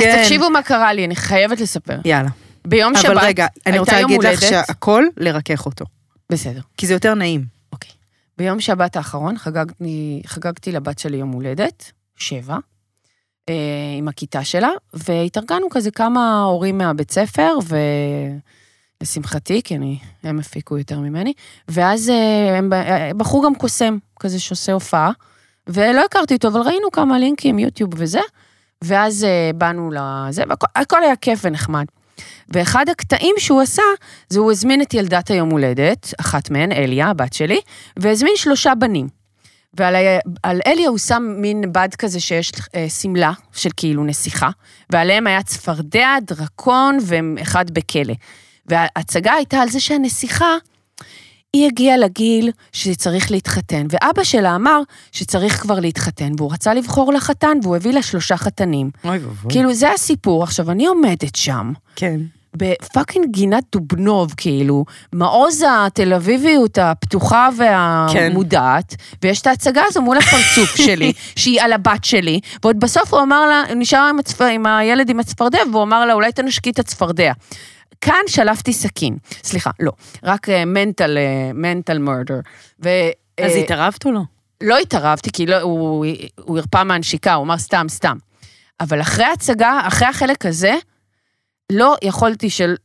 [SPEAKER 1] כן.
[SPEAKER 2] תקשיבו מה קרה לי, אני חייבת לספר.
[SPEAKER 1] יאללה.
[SPEAKER 2] ביום שבת,
[SPEAKER 1] אבל רגע, אני
[SPEAKER 2] הייתה
[SPEAKER 1] רוצה
[SPEAKER 2] יום
[SPEAKER 1] להגיד לך
[SPEAKER 2] הולדת-
[SPEAKER 1] שהכל לרכך אותו.
[SPEAKER 2] בסדר,
[SPEAKER 1] כי זה יותר נעים.
[SPEAKER 2] אוקיי. ביום שבת האחרון חגגתי, חגגתי לבת שלי יום הולדת, שבע, אה, עם הכיתה שלה, והתארגנו כזה כמה הורים מהבית ספר, ולשמחתי, כי אני, הם הפיקו יותר ממני, ואז אה, הם ב- אה, בחרו גם קוסם, כזה שעושה הופעה, ולא הכרתי אותו, אבל ראינו כמה לינקים, יוטיוב וזה, ואז אה, באנו לזה, והכל היה כיף ונחמד. ואחד הקטעים שהוא עשה, זה הוא הזמין את ילדת היום הולדת, אחת מהן, אליה, הבת שלי, והזמין שלושה בנים. ועל ה- על אליה הוא שם מין בד כזה שיש אה, שמלה של כאילו נסיכה, ועליהם היה צפרדע, דרקון ואחד בכלא. וההצגה הייתה על זה שהנסיכה, היא הגיעה לגיל שצריך להתחתן, ואבא שלה אמר שצריך כבר להתחתן, והוא רצה לבחור לה חתן, והוא הביא לה שלושה חתנים.
[SPEAKER 1] אוי ואבוי.
[SPEAKER 2] כאילו, זה הסיפור. עכשיו, אני עומדת שם,
[SPEAKER 1] כן.
[SPEAKER 2] בפאקינג גינת דובנוב, כאילו, מעוז התל אביביות הפתוחה והמודעת, כן. ויש את ההצגה הזו מול הפרצוף שלי, שהיא על הבת שלי, ועוד בסוף הוא אמר לה, הוא נשאר עם, הצפ... עם הילד עם הצפרדע, והוא אמר לה, אולי תנשקי את הצפרדע. כאן שלפתי סכין, סליחה, לא, רק אה, מנטל, מנטל מורדר. אה,
[SPEAKER 1] אז התערבת או לא?
[SPEAKER 2] לא התערבתי, כי לא, הוא, הוא הרפא מהנשיקה, הוא אמר סתם, סתם. אבל אחרי ההצגה, אחרי החלק הזה, לא יכולתי של...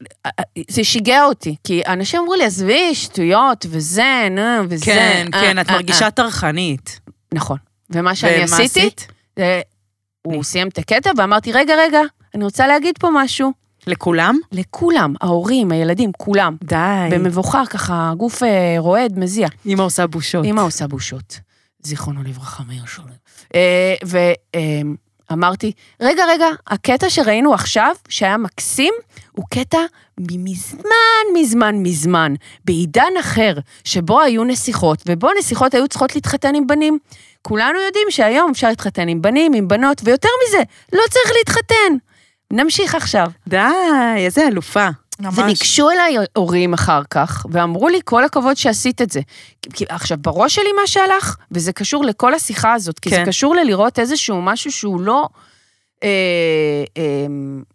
[SPEAKER 2] זה שיגע אותי, כי אנשים אמרו לי, עזבי, שטויות, וזה, נו, וזה.
[SPEAKER 1] כן,
[SPEAKER 2] אה,
[SPEAKER 1] כן, את
[SPEAKER 2] אה,
[SPEAKER 1] מרגישה
[SPEAKER 2] אה."
[SPEAKER 1] טרחנית.
[SPEAKER 2] נכון. ומה שאני
[SPEAKER 1] ומה
[SPEAKER 2] עשיתי,
[SPEAKER 1] עשית?
[SPEAKER 2] זה- הוא סיים את הקטע, ואמרתי, רגע, רגע, אני רוצה להגיד פה משהו.
[SPEAKER 1] לכולם?
[SPEAKER 2] לכולם, ההורים, הילדים, כולם.
[SPEAKER 1] די.
[SPEAKER 2] במבוכה, ככה, הגוף אה, רועד, מזיע.
[SPEAKER 1] אמא עושה בושות.
[SPEAKER 2] אמא עושה בושות. זיכרונו לברכה, מאיר שולם. אה, ואמרתי, רגע, רגע, הקטע שראינו עכשיו, שהיה מקסים, הוא קטע מזמן, מזמן, מזמן, בעידן אחר, שבו היו נסיכות, ובו נסיכות היו צריכות להתחתן עם בנים. כולנו יודעים שהיום אפשר להתחתן עם בנים, עם בנות, ויותר מזה, לא צריך להתחתן. נמשיך עכשיו.
[SPEAKER 1] די, איזה אלופה.
[SPEAKER 4] ממש.
[SPEAKER 2] וניגשו אליי הורים אחר כך, ואמרו לי, כל הכבוד שעשית את זה. כי- כי- עכשיו, בראש שלי מה שהלך, וזה קשור לכל השיחה הזאת, כי זה
[SPEAKER 1] כן.
[SPEAKER 2] קשור ללראות איזשהו משהו שהוא לא... אה, אה,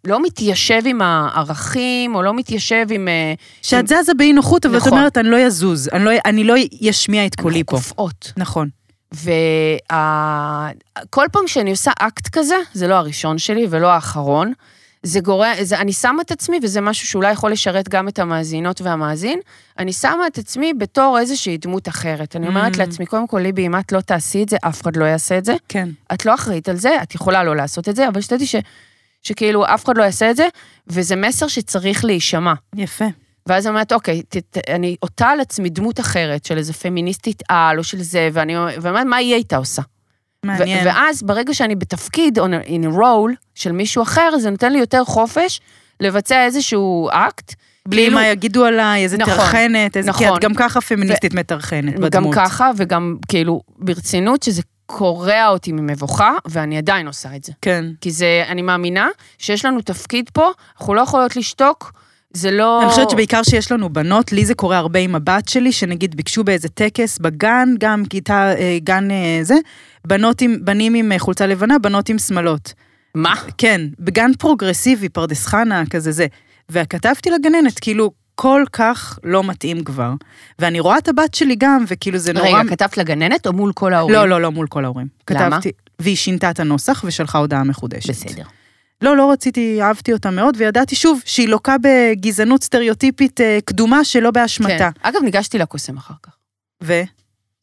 [SPEAKER 2] לא מתיישב עם הערכים, או לא מתיישב עם... אה, עם-
[SPEAKER 1] שאת זזה באי נוחות, אבל את
[SPEAKER 2] נכון.
[SPEAKER 1] אומרת, אני לא יזוז, אני לא- אני לא ישמיע את קולי פה.
[SPEAKER 2] קופאות.
[SPEAKER 1] נכון.
[SPEAKER 2] וכל פעם שאני עושה אקט כזה, זה לא הראשון שלי ולא האחרון, זה גורע, זה, אני שמה את עצמי, וזה משהו שאולי יכול לשרת גם את המאזינות והמאזין, אני שמה את עצמי בתור איזושהי דמות אחרת. אני אומרת
[SPEAKER 1] Mm.
[SPEAKER 2] לעצמי, קודם כל, ליבי, אם את לא תעשי את זה, אף אחד לא יעשה את זה.
[SPEAKER 1] כן.
[SPEAKER 2] את לא אחראית על זה, את יכולה לא לעשות את זה, אבל שתדעי ש, שכאילו אף אחד לא יעשה את זה, וזה מסר שצריך להישמע.
[SPEAKER 1] יפה.
[SPEAKER 2] ואז אני אומרת, אוקיי, ת, ת, אני עוטה על עצמי דמות אחרת, של איזה פמיניסטית על, או של זה, ואני אומרת, מה היא הייתה עושה? ו-
[SPEAKER 1] מעניין.
[SPEAKER 2] ואז ברגע שאני בתפקיד, on a, in a role של מישהו אחר, זה נותן לי יותר חופש לבצע איזשהו אקט.
[SPEAKER 1] בלי מה יגידו עליי, איזה
[SPEAKER 2] כאילו- נכון,
[SPEAKER 1] טרחנת, איזה... כי
[SPEAKER 2] נכון.
[SPEAKER 1] את גם ככה פמיניסטית מטרחנת בדמות.
[SPEAKER 2] גם ככה וגם כאילו ברצינות, שזה קורע אותי ממבוכה, ואני עדיין עושה את זה.
[SPEAKER 1] כן.
[SPEAKER 2] כי זה, אני מאמינה שיש לנו תפקיד פה, אנחנו לא יכולות לשתוק, זה לא...
[SPEAKER 1] אני חושבת שבעיקר שיש לנו בנות, לי זה קורה הרבה עם הבת שלי, שנגיד ביקשו באיזה טקס בגן, גם כיתה, אה, גן אה, זה, בנות עם, בנים עם אה, חולצה לבנה, בנות עם שמלות.
[SPEAKER 2] מה?
[SPEAKER 1] כן, בגן פרוגרסיבי, פרדס חנה, כזה זה. וכתבתי לגננת, כאילו, כל כך לא מתאים כבר. ואני רואה את הבת שלי גם, וכאילו זה נורא...
[SPEAKER 2] רגע, כתבת לגננת או מול כל ההורים?
[SPEAKER 1] לא, לא, לא, מול כל ההורים.
[SPEAKER 2] למה?
[SPEAKER 1] כתבתי, והיא שינתה את הנוסח ושלחה הודעה מחודשת.
[SPEAKER 5] בסדר.
[SPEAKER 1] לא, לא רציתי, אהבתי אותה מאוד, וידעתי שוב שהיא לוקה בגזענות סטריאוטיפית אה, קדומה שלא באשמתה.
[SPEAKER 2] כן. אגב, ניגשתי לקוסם אחר כך.
[SPEAKER 1] ו?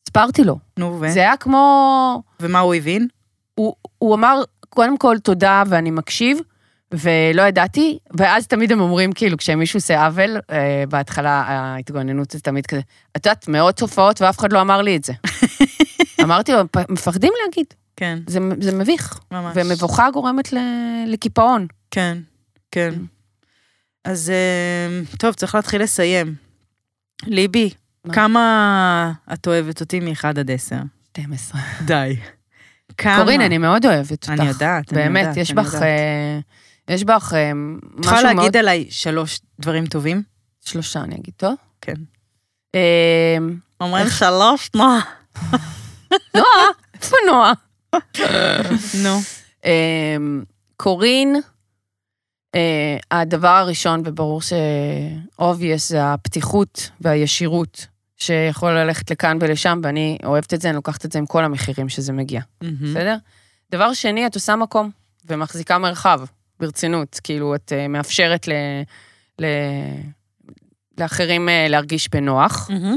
[SPEAKER 2] הסברתי לו.
[SPEAKER 1] נו, ו?
[SPEAKER 2] זה היה כמו...
[SPEAKER 1] ומה הוא הבין?
[SPEAKER 2] הוא, הוא אמר, קודם כל, תודה ואני מקשיב, ולא ידעתי, ואז תמיד הם אומרים, כאילו, כשמישהו עושה עוול, אה, בהתחלה ההתגוננות זה תמיד כזה, את יודעת, מאות תופעות ואף אחד לא אמר
[SPEAKER 1] [laughs]
[SPEAKER 2] לי את זה. אמרתי לו, "פ- מפחדים להגיד,
[SPEAKER 1] כן,
[SPEAKER 2] זה, זה מביך.
[SPEAKER 1] ממש.
[SPEAKER 2] ומבוכה גורמת ל, לקיפאון.
[SPEAKER 1] כן, כן. אז אה, טוב, צריך להתחיל לסיים. ליבי,
[SPEAKER 2] מה?
[SPEAKER 1] כמה את אוהבת אותי מ-1 עד 10?
[SPEAKER 2] 12.
[SPEAKER 1] די. כמה?
[SPEAKER 2] קורין, אני מאוד אוהבת אותך.
[SPEAKER 1] אני יודעת, אני
[SPEAKER 2] באמת,
[SPEAKER 1] יודעת,
[SPEAKER 2] יש
[SPEAKER 1] אני
[SPEAKER 2] בך...
[SPEAKER 1] יודעת.
[SPEAKER 2] אה, יש בך אה,
[SPEAKER 1] את
[SPEAKER 2] משהו
[SPEAKER 1] יכולה
[SPEAKER 2] מאוד...
[SPEAKER 1] להגיד עליי שלוש דברים טובים?
[SPEAKER 2] שלושה, אני אגיד, טוב?
[SPEAKER 1] כן.
[SPEAKER 2] אה,
[SPEAKER 1] אומרים שלוש? נועה.
[SPEAKER 2] נועה, איפה נועה? [laughs]
[SPEAKER 1] נו.
[SPEAKER 2] אה, קורין, אה, הדבר הראשון, וברור שאובייס, זה הפתיחות והישירות, שיכול ללכת לכאן ולשם, ואני אוהבת את זה, אני לוקחת את זה עם כל המחירים שזה מגיע,
[SPEAKER 1] מהמם.
[SPEAKER 2] בסדר? דבר שני, את עושה מקום ומחזיקה מרחב, ברצינות. כאילו, את אה, מאפשרת ל... ל... לאחרים אה, להרגיש בנוח.
[SPEAKER 1] מהמם.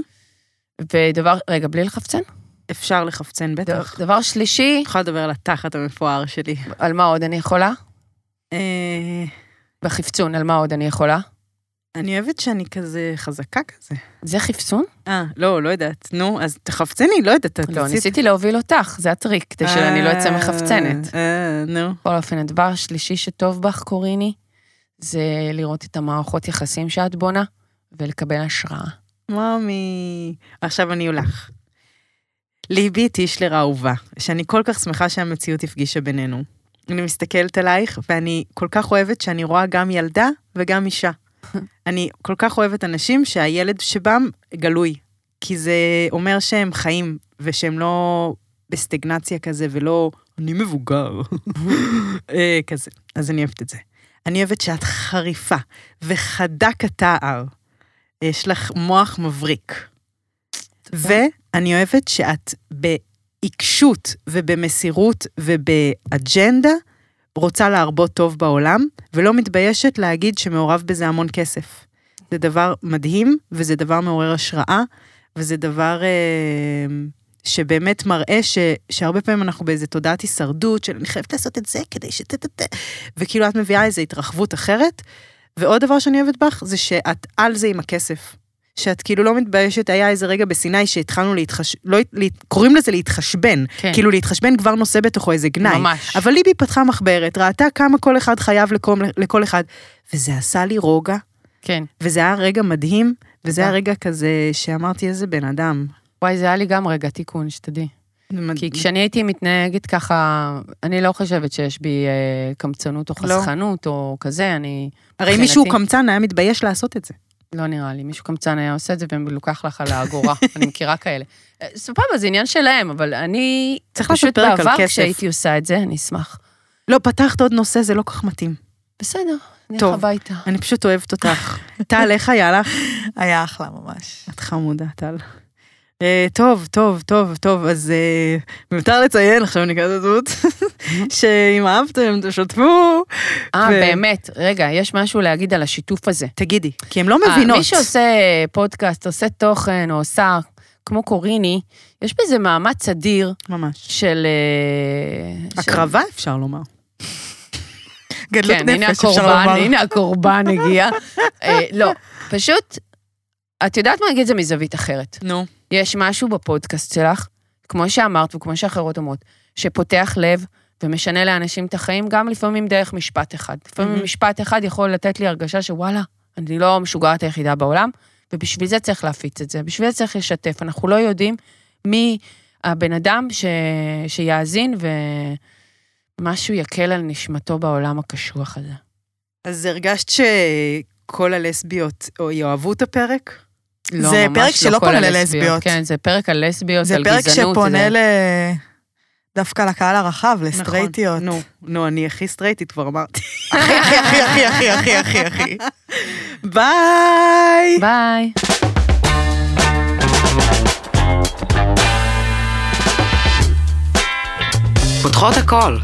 [SPEAKER 2] ודבר, רגע, בלי לחפצן?
[SPEAKER 1] אפשר לחפצן בטח.
[SPEAKER 2] דבר- דבר שלישי,
[SPEAKER 1] אני יכולה לדבר על התחת המפואר שלי.
[SPEAKER 2] על מה עוד אני יכולה?
[SPEAKER 1] אה,
[SPEAKER 2] בחפצון, על מה עוד אני יכולה?
[SPEAKER 1] אני אוהבת שאני כזה חזקה כזה.
[SPEAKER 2] זה חפצון?
[SPEAKER 1] אה, לא, לא יודעת. נו, אז תחפצני, לא יודעת. את
[SPEAKER 2] לא,
[SPEAKER 1] רצית-
[SPEAKER 2] ניסיתי להוביל אותך, זה הטריק, כדי שאני לא אצא
[SPEAKER 1] אה,
[SPEAKER 2] מחפצנת.
[SPEAKER 1] אה, נו.
[SPEAKER 2] בכל אופן, הדבר השלישי שטוב בך, קוריני, זה לראות את המערכות יחסים שאת בונה, ולקבל השראה.
[SPEAKER 1] מאמי. עכשיו אני הולך. ליבי טישלר האהובה, שאני כל כך שמחה שהמציאות הפגישה בינינו. אני מסתכלת עלייך, ואני כל כך אוהבת שאני רואה גם ילדה וגם אישה. אני כל כך אוהבת אנשים שהילד שבם גלוי, כי זה אומר שהם חיים, ושהם לא בסטגנציה כזה, ולא, אני מבוגר, אה, כזה. אז אני אוהבת את זה. אני אוהבת שאת חריפה, וחדק התער. יש לך מוח מבריק. ואני אוהבת שאת בעיקשות ובמסירות ובאג'נדה רוצה להרבות טוב בעולם, ולא מתביישת להגיד שמעורב בזה המון כסף. זה דבר מדהים, וזה דבר מעורר השראה, וזה דבר אה, שבאמת מראה ש, שהרבה פעמים אנחנו באיזה תודעת הישרדות, של אני חייבת לעשות את זה כדי ש... וכאילו את מביאה איזו התרחבות אחרת. ועוד דבר שאני אוהבת בך, זה שאת על זה עם הכסף. שאת כאילו לא מתביישת, היה איזה רגע בסיני שהתחלנו להתחש... לא... להת... קוראים לזה להתחשבן.
[SPEAKER 2] כן.
[SPEAKER 1] כאילו להתחשבן כבר נושא בתוכו איזה גנאי.
[SPEAKER 2] ממש.
[SPEAKER 1] אבל ליבי פתחה מחברת, ראתה כמה כל אחד חייב לכל, לכל אחד, וזה עשה לי רוגע,
[SPEAKER 2] כן.
[SPEAKER 1] וזה היה רגע מדהים, וזה היה
[SPEAKER 2] תודה.
[SPEAKER 1] רגע כזה שאמרתי, איזה בן אדם.
[SPEAKER 2] וואי, זה היה לי גם רגע תיקון, שתדעי.
[SPEAKER 1] זה מד-
[SPEAKER 2] כי כשאני הייתי מתנהגת ככה, אני לא חושבת שיש בי אה, קמצנות או
[SPEAKER 1] לא.
[SPEAKER 2] חסכנות או כזה, אני...
[SPEAKER 1] הרי אם מישהו
[SPEAKER 2] מבחינתי-
[SPEAKER 1] קמצן היה מתבייש לעשות את זה.
[SPEAKER 2] לא נראה לי, מישהו קמצן היה עושה את זה ולוקח לך על
[SPEAKER 1] [laughs]
[SPEAKER 2] האגורה, אני מכירה כאלה. אה, סבבה, זה עניין שלהם, אבל אני...
[SPEAKER 1] צריך לעשות פרק על
[SPEAKER 2] פשוט בעבר
[SPEAKER 1] כסף.
[SPEAKER 2] כשהייתי עושה את זה, אני אשמח.
[SPEAKER 1] לא, פתחת עוד נושא, זה לא כל כך מתאים.
[SPEAKER 2] בסדר, נלך
[SPEAKER 1] טוב.
[SPEAKER 2] הביתה.
[SPEAKER 1] אני פשוט אוהבת
[SPEAKER 2] [laughs]
[SPEAKER 1] אותך. טל, איך היה לך?
[SPEAKER 4] היה אחלה ממש.
[SPEAKER 1] את חמודה, טל. אה, טוב, טוב, טוב, טוב, אז אה, מיותר לציין, עכשיו נקרא את הזאת, Mm-hmm. שאם אהבתם, תשתפו.
[SPEAKER 2] אה,
[SPEAKER 1] ו-
[SPEAKER 2] באמת, רגע, יש משהו להגיד על השיתוף הזה.
[SPEAKER 1] תגידי, כי הן לא
[SPEAKER 2] אה,
[SPEAKER 1] מבינות.
[SPEAKER 2] מי שעושה פודקאסט, עושה תוכן, או עושה, כמו קוריני, יש בזה מאמץ אדיר
[SPEAKER 1] ממש.
[SPEAKER 2] של... אה, של-
[SPEAKER 1] הקרבה, אפשר לומר.
[SPEAKER 4] גדלות
[SPEAKER 2] כן, הנה
[SPEAKER 4] לא נפש, אפשר
[SPEAKER 2] הקורבן,
[SPEAKER 4] לומר.
[SPEAKER 2] הנה הקורבן הגיע. אה, לא, פשוט, את יודעת מה, נגיד את זה מזווית אחרת.
[SPEAKER 1] נו.
[SPEAKER 2] יש משהו בפודקאסט שלך, כמו שאמרת וכמו שאחרות אומרות, שפותח לב ומשנה לאנשים את החיים, גם לפעמים דרך משפט אחד. לפעמים
[SPEAKER 4] Mm-hmm.
[SPEAKER 1] מהמם.
[SPEAKER 2] משפט אחד יכול לתת לי הרגשה שוואלה, אני לא המשוגעת היחידה בעולם, ובשביל זה צריך להפיץ את זה, בשביל זה צריך לשתף. אנחנו לא יודעים מי הבן אדם ש... שיאזין ומשהו יקל על נשמתו בעולם הקשוח הזה.
[SPEAKER 1] אז הרגשת שכל הלסביות או יאהבו את הפרק?
[SPEAKER 2] לא,
[SPEAKER 4] זה
[SPEAKER 2] ממש
[SPEAKER 4] פרק
[SPEAKER 2] לא
[SPEAKER 4] שלא
[SPEAKER 2] כל
[SPEAKER 4] פונה
[SPEAKER 2] הלסביות.
[SPEAKER 4] ללסביות.
[SPEAKER 2] כן, זה פרק על לסביות,
[SPEAKER 4] זה
[SPEAKER 2] על גזענות.
[SPEAKER 4] פרק שפונה
[SPEAKER 2] זה- נכון.
[SPEAKER 4] ל... דווקא לקהל הרחב, לסטרייטיות.
[SPEAKER 1] נכון.
[SPEAKER 4] [laughs]
[SPEAKER 1] נו, נו, אני הכי סטרייטית כבר אמרתי.
[SPEAKER 4] אחי, אחי, אחי, אחי, אחי, אחי, אחי.
[SPEAKER 1] [laughs] ביי!
[SPEAKER 2] ביי.
[SPEAKER 3] פותחות הכל.